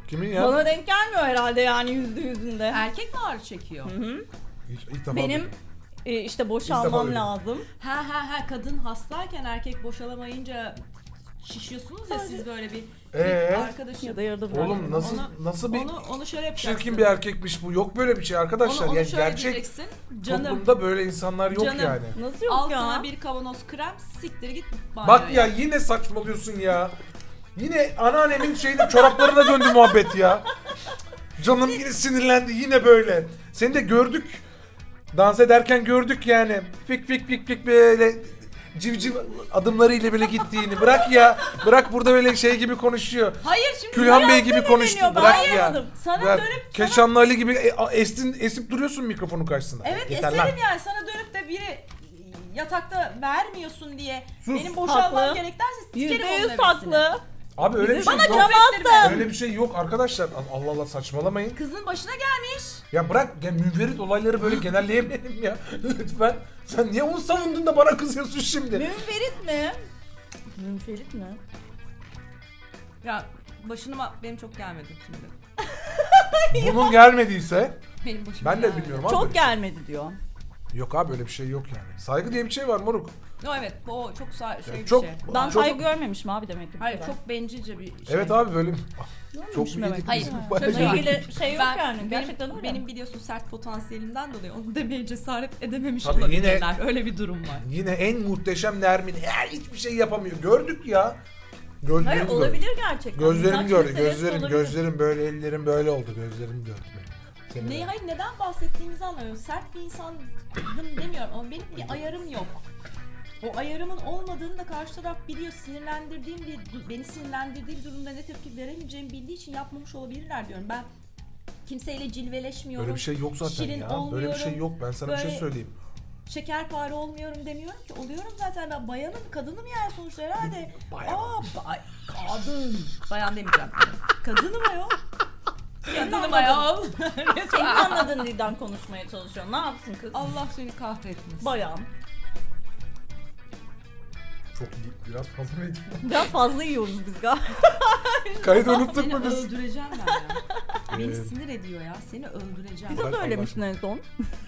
S2: Kimin ya?
S3: Bana denk gelmiyor herhalde yani yüzde yüzünde.
S1: Erkek mi ağrı çekiyor?
S2: Hiç, ilk defa
S3: Benim
S2: duydum.
S3: e, işte
S2: İlk defa
S3: boşalmam
S2: duydum.
S3: lazım.
S1: Ha ha ha kadın hastayken erkek boşalamayınca şişiyorsunuz ya siz böyle bir, bir
S2: Ee?
S1: arkadaşım.
S3: Ya da yarıda bırak.
S2: Oğlum nasıl
S1: Onu-
S2: nasıl bir
S1: Onu, onu şöyle yapacaksın.
S2: çirkin bir erkekmiş bu? Yok böyle bir şey arkadaşlar.
S1: Onu, onu
S2: yani
S1: şöyle
S2: gerçek
S1: diyeceksin. Canım
S2: toplumda böyle insanlar yok
S1: Canım.
S2: yani.
S3: Nasıl yok
S1: al
S3: ya?
S1: sana bir kavanoz krem siktir git banyoya.
S2: Bak ya yine saçmalıyorsun ya. Yine anneannemin şeyini çoraplarına döndü muhabbet ya. Canım yine sinirlendi yine böyle. Seni de gördük. Dans ederken gördük yani. Fik fik fik fik böyle civciv adımlarıyla bile gittiğini. Bırak ya. Bırak burada böyle şey gibi konuşuyor.
S1: Hayır şimdi
S2: Külhan Bey gibi
S3: sinirleniyor,
S2: konuştu.
S3: ben
S2: Bırak ya.
S3: anlamadım.
S1: Sana
S2: Bırak.
S1: dönüp-
S2: Keşanlı Ali gibi e, a- estin, esip duruyorsun mikrofonun karşısında.
S1: Evet
S2: Yeter lan.
S1: eserim yani sana dönüp de biri yatakta vermiyorsun diye
S2: Sus.
S1: benim boşalmam
S3: Haklı.
S1: gerek derse sikerim
S3: Yüzde
S1: onun
S3: yüz
S1: hepsini.
S3: haklı.
S2: Abi öyle bir şey
S3: Bana
S2: yok.
S3: cevapsın.
S2: Öyle bir şey yok arkadaşlar. Allah Allah saçmalamayın.
S1: Kızın başına gelmiş.
S2: Ya bırak ya müferit olayları böyle genelleyemeyelim ya. Lütfen. Sen niye onu savundun da bana kızıyorsun şimdi?
S3: Münferit mi? Münferit mi?
S1: Ya başıma benim çok gelmedi şimdi.
S2: Bunun gelmediyse
S1: Benim başıma
S2: ben de
S1: gelmedi.
S2: bilmiyorum abi.
S3: Çok gelmedi diyor.
S2: Yok abi öyle bir şey yok yani. Saygı diye bir şey var moruk.
S1: No, evet o çok sa- şey bir
S2: çok-
S1: şey.
S3: Ben
S2: Çok-
S3: saygı görmemişim abi demek ki. bu
S1: Hayır
S3: kadar.
S1: çok bencilce bir şey.
S2: Evet abi böyle çok mu
S3: demek
S2: yedik
S3: ki.
S2: biz?
S1: Hayır,
S2: Bayağı
S1: sözü
S3: Bununla
S2: yedik.
S3: ilgili şey yok yani.
S1: benim,
S3: Gerçekten öyle.
S1: Benim biliyorsun sert potansiyelimden dolayı onu demeye cesaret edememiş
S2: Tabii yine-
S1: olabilirler. Öyle bir durum var.
S2: Yine en muhteşem Nermin. Her hiçbir şey yapamıyor. Gördük ya. Gözlerim
S3: Hayır
S2: gördü.
S3: olabilir gerçekten.
S2: Gözlerim
S3: Saç
S2: gördü.
S3: meselesi
S2: Gözlerim,
S3: olabilir.
S2: gözlerim böyle, ellerim böyle oldu. Gözlerim gördü beni. Seni
S1: Ne,
S2: de-
S1: hayır neden bahsettiğimizi anlamıyorum. Sert bir insandım demiyorum ama benim bir ayarım yok. O ayarımın olmadığını da karşı taraf biliyor. Sinirlendirdiğim bir, beni sinirlendirdiği bir durumda ne tepki veremeyeceğimi bildiği için yapmamış olabilirler diyorum. Ben kimseyle cilveleşmiyorum.
S2: Böyle bir şey yok zaten
S1: Şirin
S2: ya. Böyle bir şey
S1: olmuyorum.
S2: yok. Ben sana bir şey
S1: Böyle-
S2: söyleyeyim.
S1: şekerpare olmuyorum demiyorum ki. Oluyorum zaten ben bayanım, kadınım yani sonuçta herhalde.
S2: Bayan.
S1: Aa, bay- kadın. Bayan demeyeceğim. kadınım ayol. Kadınım ayol.
S3: Senin anladığın dilden konuşmaya çalışıyor. Ne yapsın kız?
S1: Allah seni kahretmesin.
S3: Bayan.
S2: Çok iyi. Biraz fazla yedik.
S3: Biraz fazla yiyoruz biz galiba.
S2: Kaydı unuttuk
S1: Seni
S2: mu biz?
S1: öldüreceğim ben ya. Beni
S2: Ee,
S1: sinir ediyor ya. Seni öldüreceğim.
S2: Ben
S3: Pizza da öylemişsin en son.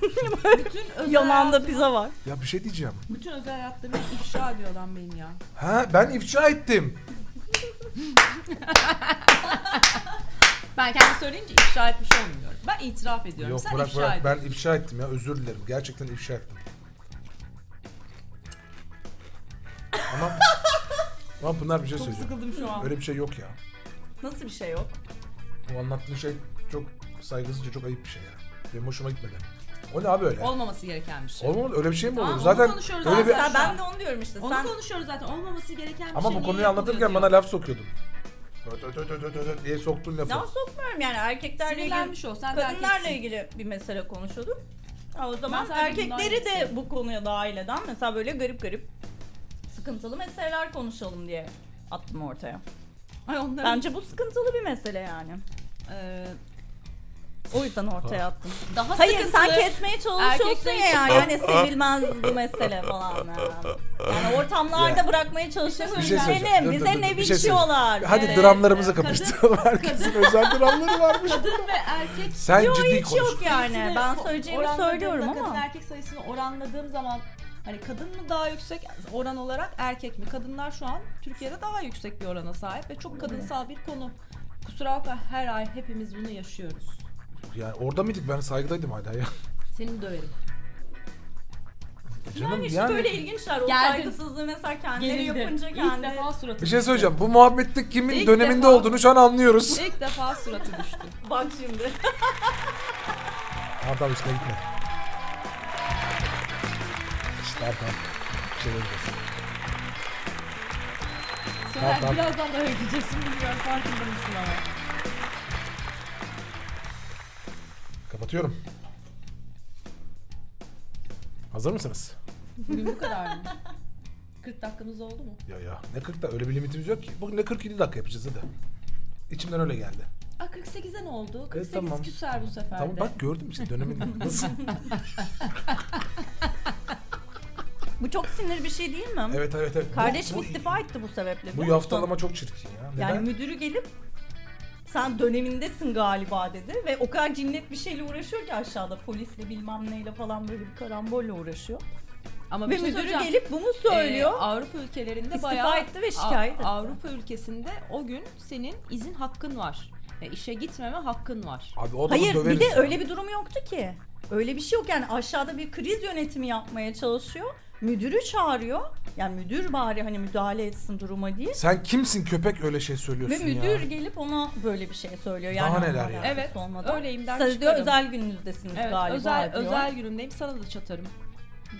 S1: Bütün özel
S3: Yanağında
S1: hayatımı,
S3: pizza var.
S2: Ya bir şey diyeceğim.
S1: bütün özel hayatlarımı ifşa ediyor adam benim ya.
S2: Ha ben ifşa ettim.
S1: Ben kendi söyleyince ifşa etmiş olmuyorum. Ben itiraf ediyorum.
S2: Yok
S1: Sen
S2: bırak
S1: ifşa
S2: bırak
S1: ediyorsun.
S2: ben ifşa ettim ya özür dilerim. Gerçekten ifşa ettim. Ama ama Pınar bir şey
S1: Çok
S2: söyleyeceğim.
S1: sıkıldım şu an.
S2: Öyle bir şey yok ya.
S3: Nasıl bir şey yok?
S2: Bu anlattığın şey çok saygısızca çok ayıp bir şey ya. Benim hoşuma gitmedi. O ne abi öyle?
S1: Olmaması gereken bir şey.
S2: Olmamalı öyle bir şey mi
S1: Tamam,
S2: olur?
S1: onu
S2: Zaten
S1: konuşuyoruz
S2: öyle
S1: abi.
S2: bir
S3: Ya ben de onu diyorum işte.
S1: Onu
S3: Sen
S1: konuşuyoruz zaten. Olmaması gereken bir şey.
S2: ama bu
S1: niye
S2: konuyu
S1: yapılıyor
S2: anlatırken
S1: diyor.
S2: bana laf sokuyordun. Dö- dö- dö- dö- dö- dö- diye soktun lafı.
S3: Ya sokmuyorum yani erkeklerle
S1: Sinirlenmiş
S3: ilgili,
S1: ol, sen de
S3: kadınlarla
S1: erkeksin.
S3: ilgili bir mesele konuşuyorduk. Ya o zaman
S1: Ben sadece
S3: erkekleri
S1: bundan
S3: de bu konuya dahil eden mesela böyle garip garip sıkıntılı meseleler konuşalım diye attım ortaya.
S1: Ay onların Ee,
S3: Bence bu sıkıntılı bir mesele yani.
S1: eee,
S3: O yüzden ortaya attım.
S5: Daha
S3: Hayır sen
S5: sıkıntılı.
S3: kesmeye çalışıyorsun
S5: Erkekler
S3: ya yani hani sevilmez bu mesele falan. Yani ortamlarda bırakmaya çalışıyorsun.
S2: Bir şey
S3: Benim,
S2: söyleyeceğim. Dur,
S3: bize
S2: dur, dur,
S3: ne
S2: bir şey
S3: biçiyorlar?
S2: Hadi
S3: Evet.
S2: dramlarımızı kapıştıralım. Herkesin özel dramları varmış.
S1: Kadın ve erkek
S2: Sen
S3: Yo,
S2: ciddi
S3: hiç
S2: konuş.
S3: yok yani.
S1: sayısını
S3: Ben
S1: o-
S3: söyleyeceğimi
S1: oranladığımda,
S3: söylüyorum
S1: Kadın
S3: ama.
S1: erkek sayısını oranladığım zaman hani kadın mı daha yüksek oran olarak erkek mi? Kadınlar şu an Türkiye'de daha yüksek bir orana sahip ve çok kadınsal bir konu. Kusura bakma her ay hepimiz bunu yaşıyoruz.
S2: Yani orada mıydık? Ben saygıdaydım hala ya.
S1: Seni döverim.
S2: Canım
S3: Yani,
S2: yani-
S3: böyle ilginçler. O
S5: Geldin.
S3: saygısızlığı mesela kendileri
S1: Gerildim.
S3: yapınca
S1: İlk
S3: kendi.
S1: defa suratı
S2: Bir şey söyleyeceğim. Bu muhabbette kimin
S1: İlk
S2: döneminde
S1: defa.
S2: olduğunu şu an anlıyoruz.
S1: düştü. İlk defa suratı düştü.
S3: Bak şimdi.
S2: Erdal üstüne gitme. İşte Erdal. Bir şey vereceğiz.
S1: Soner
S2: Tamam.
S1: birazdan da gideceksin bilmiyorum farkında mısın ama.
S2: Kapatıyorum. Hazır mısınız?
S1: Bugün bu kadar mı? 40 dakikamız oldu mu?
S2: Ya ya ne 40 da öyle bir limitimiz yok ki. Bugün de 47 dakika yapacağız hadi. İçimden öyle geldi.
S1: Aa 48'e ne oldu? 48
S2: tamam.
S1: küser bu sefer
S2: Tamam
S1: de.
S2: bak gördüm işte dönemin nasıl.
S3: Bu çok sinir bir şey değil mi?
S2: evet evet evet. Bu-
S3: Kardeşim
S2: bu,
S3: istifa etti bu sebeple.
S2: Bu
S3: biliyor musun?
S2: yaftalama çok çirkin ya. Neden?
S3: Yani müdürü gelip sen dönemindesin galiba dedi ve o kadar cinnet bir şeyle uğraşıyor ki aşağıda polisle bilmem neyle falan böyle bir karambolla uğraşıyor.
S1: Ama
S3: Ve
S1: bir şey
S3: müdürü
S1: söyleyeceğim.
S3: gelip bunu söylüyor.
S1: Ee, Avrupa ülkelerinde
S3: İstifa
S1: bayağı
S3: etti ve şikayet etti.
S1: Avrupa ülkesinde o gün senin izin hakkın var. E, işe gitmeme hakkın var.
S2: Abi o adamı
S3: Hayır
S2: döveriz
S3: bir de
S2: ya.
S3: öyle bir durum yoktu ki. Öyle bir şey yok yani aşağıda bir kriz yönetimi yapmaya çalışıyor. Müdürü çağırıyor. Yani müdür bari hani müdahale etsin duruma diye.
S2: Sen kimsin köpek öyle şey
S3: Ve
S2: söylüyorsun
S3: müdür
S2: ya.
S3: gelip ona böyle bir şey söylüyor.
S2: Daha
S3: Yani
S2: neler
S3: onlarla
S2: ya.
S3: alakası
S1: Evet,
S3: olmadan.
S1: öyleyimden
S3: Siz diyor
S1: çıkarım.
S3: özel gününüzdesiniz
S1: Evet,
S3: galiba
S1: özel
S3: diyor.
S1: özel günümdeyim sana da çatarım.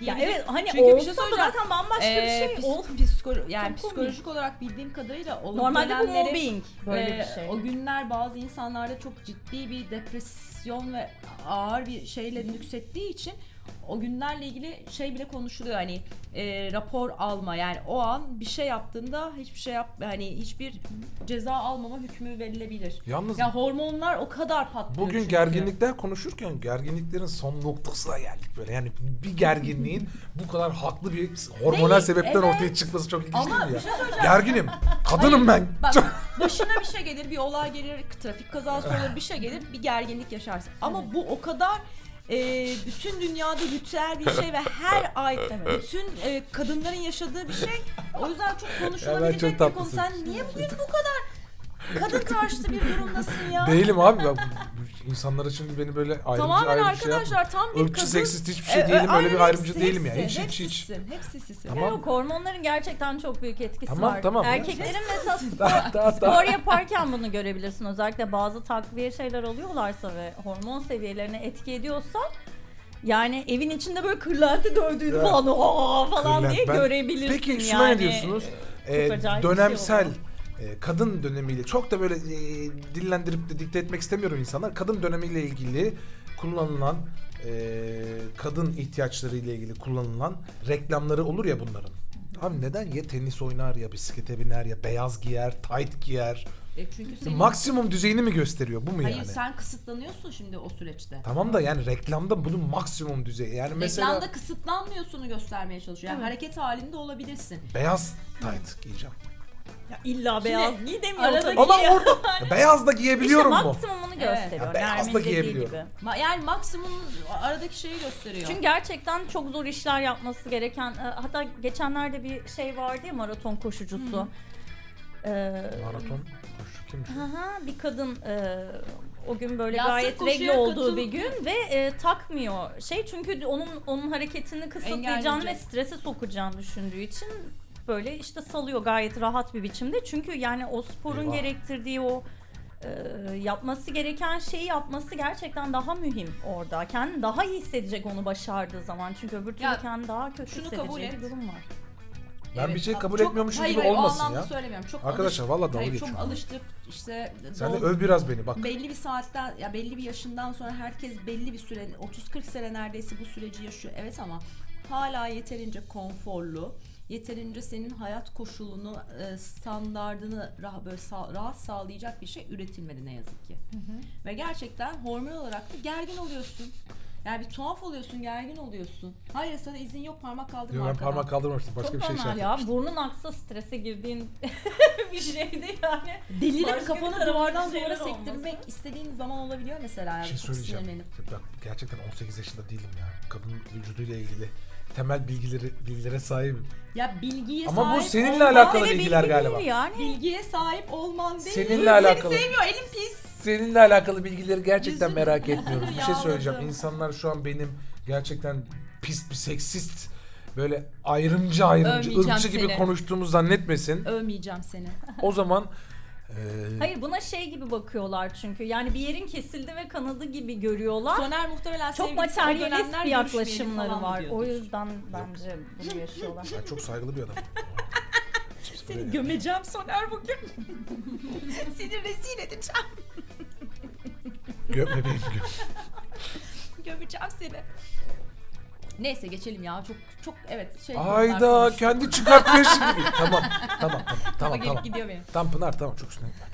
S3: Ya
S1: diyebilir.
S3: evet hani
S1: Çünkü bir şey
S3: olsa da
S1: söyleyeceğim.
S3: zaten bambaşka
S1: Ee, psik-
S3: bir şey. Ol-
S1: psikolo- yani
S3: Çok komik.
S1: psikolojik olarak bildiğim kadarıyla olup
S3: Normalde bu
S1: gelenleri-
S3: mobbing böyle
S1: Ee,
S3: bir şey.
S1: O günler bazı insanlarda çok ciddi bir depresyon ve ağır bir şeyle nüksettiği için o günlerle ilgili şey bile konuşuluyor hani e, rapor alma yani o an bir şey yaptığında hiçbir şey yap hani hiçbir ceza almama hükmü verilebilir.
S2: Yalnız
S1: Ya hormonlar o kadar patlıyor.
S2: Bugün
S1: çünkü.
S2: gerginlikler konuşurken gerginliklerin son noktasına geldik böyle. Yani bir gerginliğin bu kadar haklı bir hormonal
S1: Değil,
S2: sebepten
S1: evet.
S2: ortaya çıkması çok ilginç
S1: Ama
S2: değil mi
S1: bir
S2: ya?
S1: şey söyleyeceğim.
S2: Gerginim. Kadınım ben. Çok-
S1: Bak başına bir şey gelir, bir olay gelir, trafik kazası olur, bir şey gelir, bir gerginlik yaşarsın. Ama bu o kadar e, bütün dünyada ritüel bir şey ve her ay bütün e, kadınların yaşadığı bir şey. O yüzden çok
S2: Ya ben
S1: konuşulabilecek
S2: çok
S1: bir konu.
S2: tatlısın.
S1: Sen niye bugün bu kadar kadın karşıtı bir durumdasın ya?
S2: Değilim abi. Bak, bu- insanlar şimdi beni böyle ayrımcı
S1: Tamamen
S2: ayrımcı şey yapma.
S1: arkadaşlar tam bir
S2: Irkçı,
S1: kadın.
S2: seksist hiçbir şey
S1: E, e,
S2: değilim. Öyle bir
S1: aynen
S2: ayrımcı
S1: hepsi,
S2: değilim ya.
S1: hepsi,
S2: Hiç hiç
S1: hepsi
S2: hiç.
S1: sizsin, Hepsi sizsin.
S2: Tamam.
S3: Yok hormonların gerçekten çok büyük etkisi
S2: Tamam,
S3: var.
S2: tamam.
S3: Erkeklerin mesela
S2: Daha, daha, daha.
S3: spor yaparken bunu görebilirsin. Özellikle bazı takviye şeyler alıyorlarsa ve hormon seviyelerine etki ediyorsa yani evin içinde böyle kırlenti dövdüğünü
S2: Ya.
S3: falan "Aa!" falan
S2: Kırlent
S3: diye
S2: ben-
S3: görebilirsin
S2: Peki şuna
S3: yani.
S2: ne diyorsunuz?
S3: acayip
S2: Ee,
S3: bir şey
S2: dönemsel
S3: oldu.
S2: e, kadın dönemiyle çok da böyle e, dillendirip de dikte etmek istemiyorum insanlar. Kadın dönemiyle ilgili kullanılan e, kadın ihtiyaçları ile ilgili kullanılan reklamları olur ya bunların. Abi neden ya tenis oynar ya bisiklete biner ya beyaz giyer, tight giyer.
S1: E, çünkü senin,
S2: Maksimum düzeyini mi gösteriyor bu mu
S1: hayır
S2: yani?
S1: sen kısıtlanıyorsun şimdi o süreçte.
S2: Tamam da yani reklamda bunun maksimum düzeyi. Yani mesela
S1: Ekranda kısıtlanmıyorsunu göstermeye çalışıyor. Yani hareket halinde olabilirsin.
S2: beyaz tight giyeceğim.
S3: Ya illa beyaz giy demiyor.
S1: arada
S3: tabii
S1: giy-
S2: Ama
S3: ki.
S2: orada ya beyaz da giyebiliyorum
S3: işte
S2: mu?
S3: maksimumunu gösteriyor.
S2: Ya beyaz da
S3: Nermin dediği
S2: giyebiliyorum.
S3: gibi.
S1: Ma- Yani maksimum aradaki şeyi gösteriyor.
S3: Çünkü gerçekten çok zor işler yapması gereken e, hatta geçenlerde bir şey vardı ya maraton koşucusu. Ee,
S2: Maraton koşu kim? şu?
S3: aha, bir kadın e, o gün böyle
S1: Ya sırf
S3: gayet
S1: koşuya
S3: regl olduğu
S1: katıl-
S3: bir gün ve e, takmıyor şey çünkü onun onun hareketini kısıtlayacağını ve
S1: Engelleyecek.
S3: strese sokacağını düşündüğü için böyle işte salıyor gayet rahat bir biçimde. Çünkü yani o sporun
S2: Eyvah.
S3: gerektirdiği o e, yapması gereken şeyi yapması gerçekten daha mühim orada. Kendini daha iyi hissedecek onu başardığı zaman. Çünkü öbür türlü
S1: Ya,
S3: kendini daha kötü
S1: şunu
S3: hissedecek
S1: kabul et.
S3: bir durum var.
S2: Ben bir şey kabul etmiyormuşum
S1: hayır,
S2: gibi
S1: hayır,
S2: olmasın
S1: o anlamda
S2: ya.
S1: söylemiyorum. Çok
S2: Arkadaşlar
S1: alış-
S2: valla dalga
S1: Hayır,
S2: geçiyorum.
S1: çok alıştık işte
S2: Sen de
S1: doğ-
S2: öv biraz beni bak.
S1: belli bir saatten ya belli bir yaşından sonra herkes belli bir süre 30-40 sene neredeyse bu süreci yaşıyor. Evet ama hala yeterince konforlu yeterince senin hayat koşulunu, e, standardını rah- böyle sağ- rahat sağlayacak bir şey üretilmedi ne yazık ki. Ve gerçekten hormon olarak da gergin oluyorsun. Yani bir tuhaf oluyorsun, gergin oluyorsun. Hayır sana izin yok parmak kaldırma
S2: Yo, ben
S1: arkadan.
S2: parmak kaldırmamıştım. Başka
S3: Çok
S2: bir şey
S3: normal
S2: işaret.
S3: ya. Burnun aksa strese girdiğin bir şeydi yani. Başka
S1: Delirip
S3: bir
S1: kafanı
S3: tarafında
S1: duvardan
S3: şeyler
S1: duvara
S3: olması.
S1: sektirmek istediğin zaman olabiliyor mesela.
S2: Bir
S1: Yani
S2: şey
S1: çok
S2: söyleyeceğim.
S1: sinirlenip.
S2: Ben gerçekten 18 yaşında değilim ya. Kadın vücuduyla ilgili temel bilgileri bilgilere sahibim.
S1: Ya bilgiye
S2: Ama bu
S1: sahip
S2: seninle
S1: olman-
S2: alakalı
S3: Öyle
S2: bilgiler
S3: bilgi
S2: galiba.
S3: değil Yani.
S1: Bilgiye sahip olman değil.
S2: Seninle
S1: Seni
S2: alakalı.
S1: sevmiyor, elin pis.
S2: Seninle alakalı bilgileri gerçekten
S1: Yüzünü-
S2: merak etmiyoruz. Bir şey söyleyeceğim.
S1: Yağladım.
S2: İnsanlar şu an benim gerçekten pis bir seksist böyle ayrımcı ayrımcı
S1: Övmeyeceğim
S2: ırkçı gibi
S1: seni.
S2: konuştuğumu zannetmesin.
S1: Övmeyeceğim seni.
S2: O zaman e, eee,
S3: Hayır buna şey gibi bakıyorlar çünkü. Yani bir yerin kesildi ve kanadı gibi görüyorlar.
S1: Soner muhtemelen
S3: çok
S1: sevgilisi o
S3: materyalist
S1: dönemler
S3: bir yaklaşımları
S1: görüşmeyelim falan
S3: var.
S1: diyordur.
S3: O yüzden bence bunu yaşıyorlar.
S2: ben çok saygılı bir adamım. Kimse böyle
S6: Seni
S2: yani.
S6: gömeceğim Soner bugün. Seni rezil edeceğim.
S2: Gömme benim göm.
S6: Gömeceğim seni.
S1: Neyse geçelim ya. Çok çok evet şey.
S2: Ayda kendi çıkartmaya şimdi. tamam tamam tamam
S1: Tamam,
S2: tamam tamam.
S1: gidiyor benim.
S2: Tam Pınar tamam çok üstüne. gitme.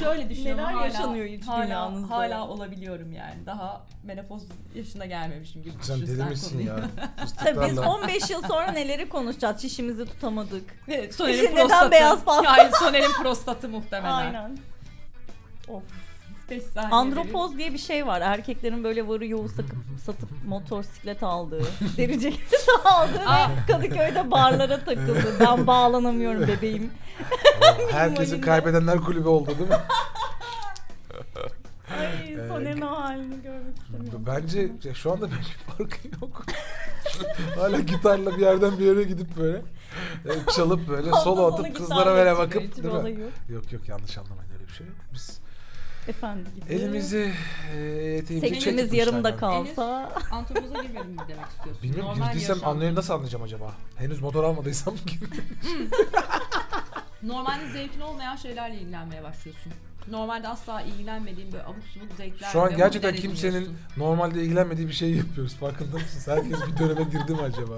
S1: Şöyle düşünüyorum
S3: Neler
S1: hala,
S3: yaşanıyor iç
S1: hala,
S3: dünyanızda?
S1: Hala olabiliyorum yani. Daha menopoz yaşına gelmemişim gibi.
S2: Sen deli
S1: düşünsen
S2: misin
S1: konuyu.
S2: ya?
S3: Tabii biz
S2: Fıstıklarla.
S3: 15 yıl sonra neleri konuşacağız? Şişimizi tutamadık.
S1: Evet,
S3: İşte
S1: Soner'in
S3: neden
S1: prostatı.
S3: beyaz pasta?
S1: Yani Soner'in prostatı muhtemelen.
S3: Aynen. Of.
S1: Beş saniye
S3: Andropoz diye bir şey var. Erkeklerin böyle varı yoğu sakıp satıp motosiklet aldığı, deri ceket aldığı ve Kadıköy'de barlara takıldı. Ben bağlanamıyorum bebeğim.
S2: Herkesin kaybedenler kulübü oldu değil mi?
S3: Ay Soner'in o halini görmek istemiyorum.
S2: Bence ya şu anda bence farkı yok. Hala gitarla bir yerden bir yere gidip böyle e, çalıp böyle solo
S3: Hafta sonu
S2: atıp
S3: gitarla
S2: kızlara böyle
S3: çıkıyor,
S2: bakıp
S3: hiçbir
S2: değil mi?
S3: olay yok.
S2: Yok yok yanlış anlamayın öyle bir şey yok. Biz
S3: Efendim gibi.
S2: elimizi e, eteğimizi
S3: Seksimiz
S2: çekip
S3: Ee, yarımda
S2: dışarıdan.
S3: kalsa.
S1: Andropoza girmedim mi demek istiyorsun?
S2: Bilmiyorum
S1: Normal
S2: girdiysem
S1: yaşam-
S2: anlayayım nasıl anlayacağım acaba? Henüz motor almadıysam girmeyeyim.
S1: Normalde zevkin olmayan şeylerle ilgilenmeye başlıyorsun. Normalde asla ilgilenmediğin böyle abuk subuk zevkler.
S2: Şu an
S1: ve
S2: gerçekten
S1: hobiler
S2: kimsenin
S1: ediniyorsun.
S2: normalde ilgilenmediği bir şey yapıyoruz. Farkında mısınız? Herkes bir döneme girdi mi acaba?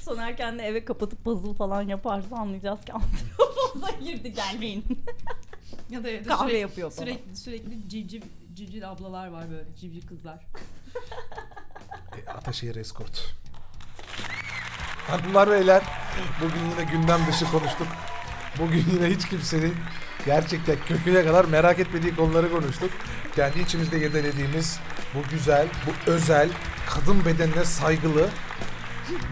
S3: Soner kendi eve kapatıp puzzle falan yaparsa anlayacağız ki antropoza girdi gelmeyin.
S1: ya da evde
S3: Kahve
S1: sürekli,
S3: yapıyor falan.
S1: sürekli sürekli civciv civciv ablalar var böyle civciv kızlar.
S2: E, Ataşehir Eskort. Hanımlar beyler bugün yine gündem dışı konuştuk. Bugün yine hiç kimsenin gerçekten köküne kadar merak etmediği konuları konuştuk. Kendi içimizde yedelediğimiz bu güzel, bu özel, kadın bedenine saygılı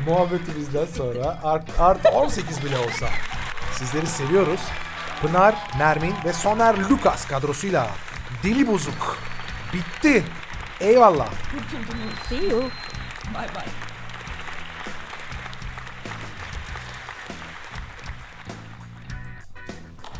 S2: muhabbetimizden sonra art, art 18 bile olsa sizleri seviyoruz. Pınar, Nermin ve Soner Lucas kadrosuyla Deli Bozuk bitti. Eyvallah.
S3: See you.
S1: Bay bay.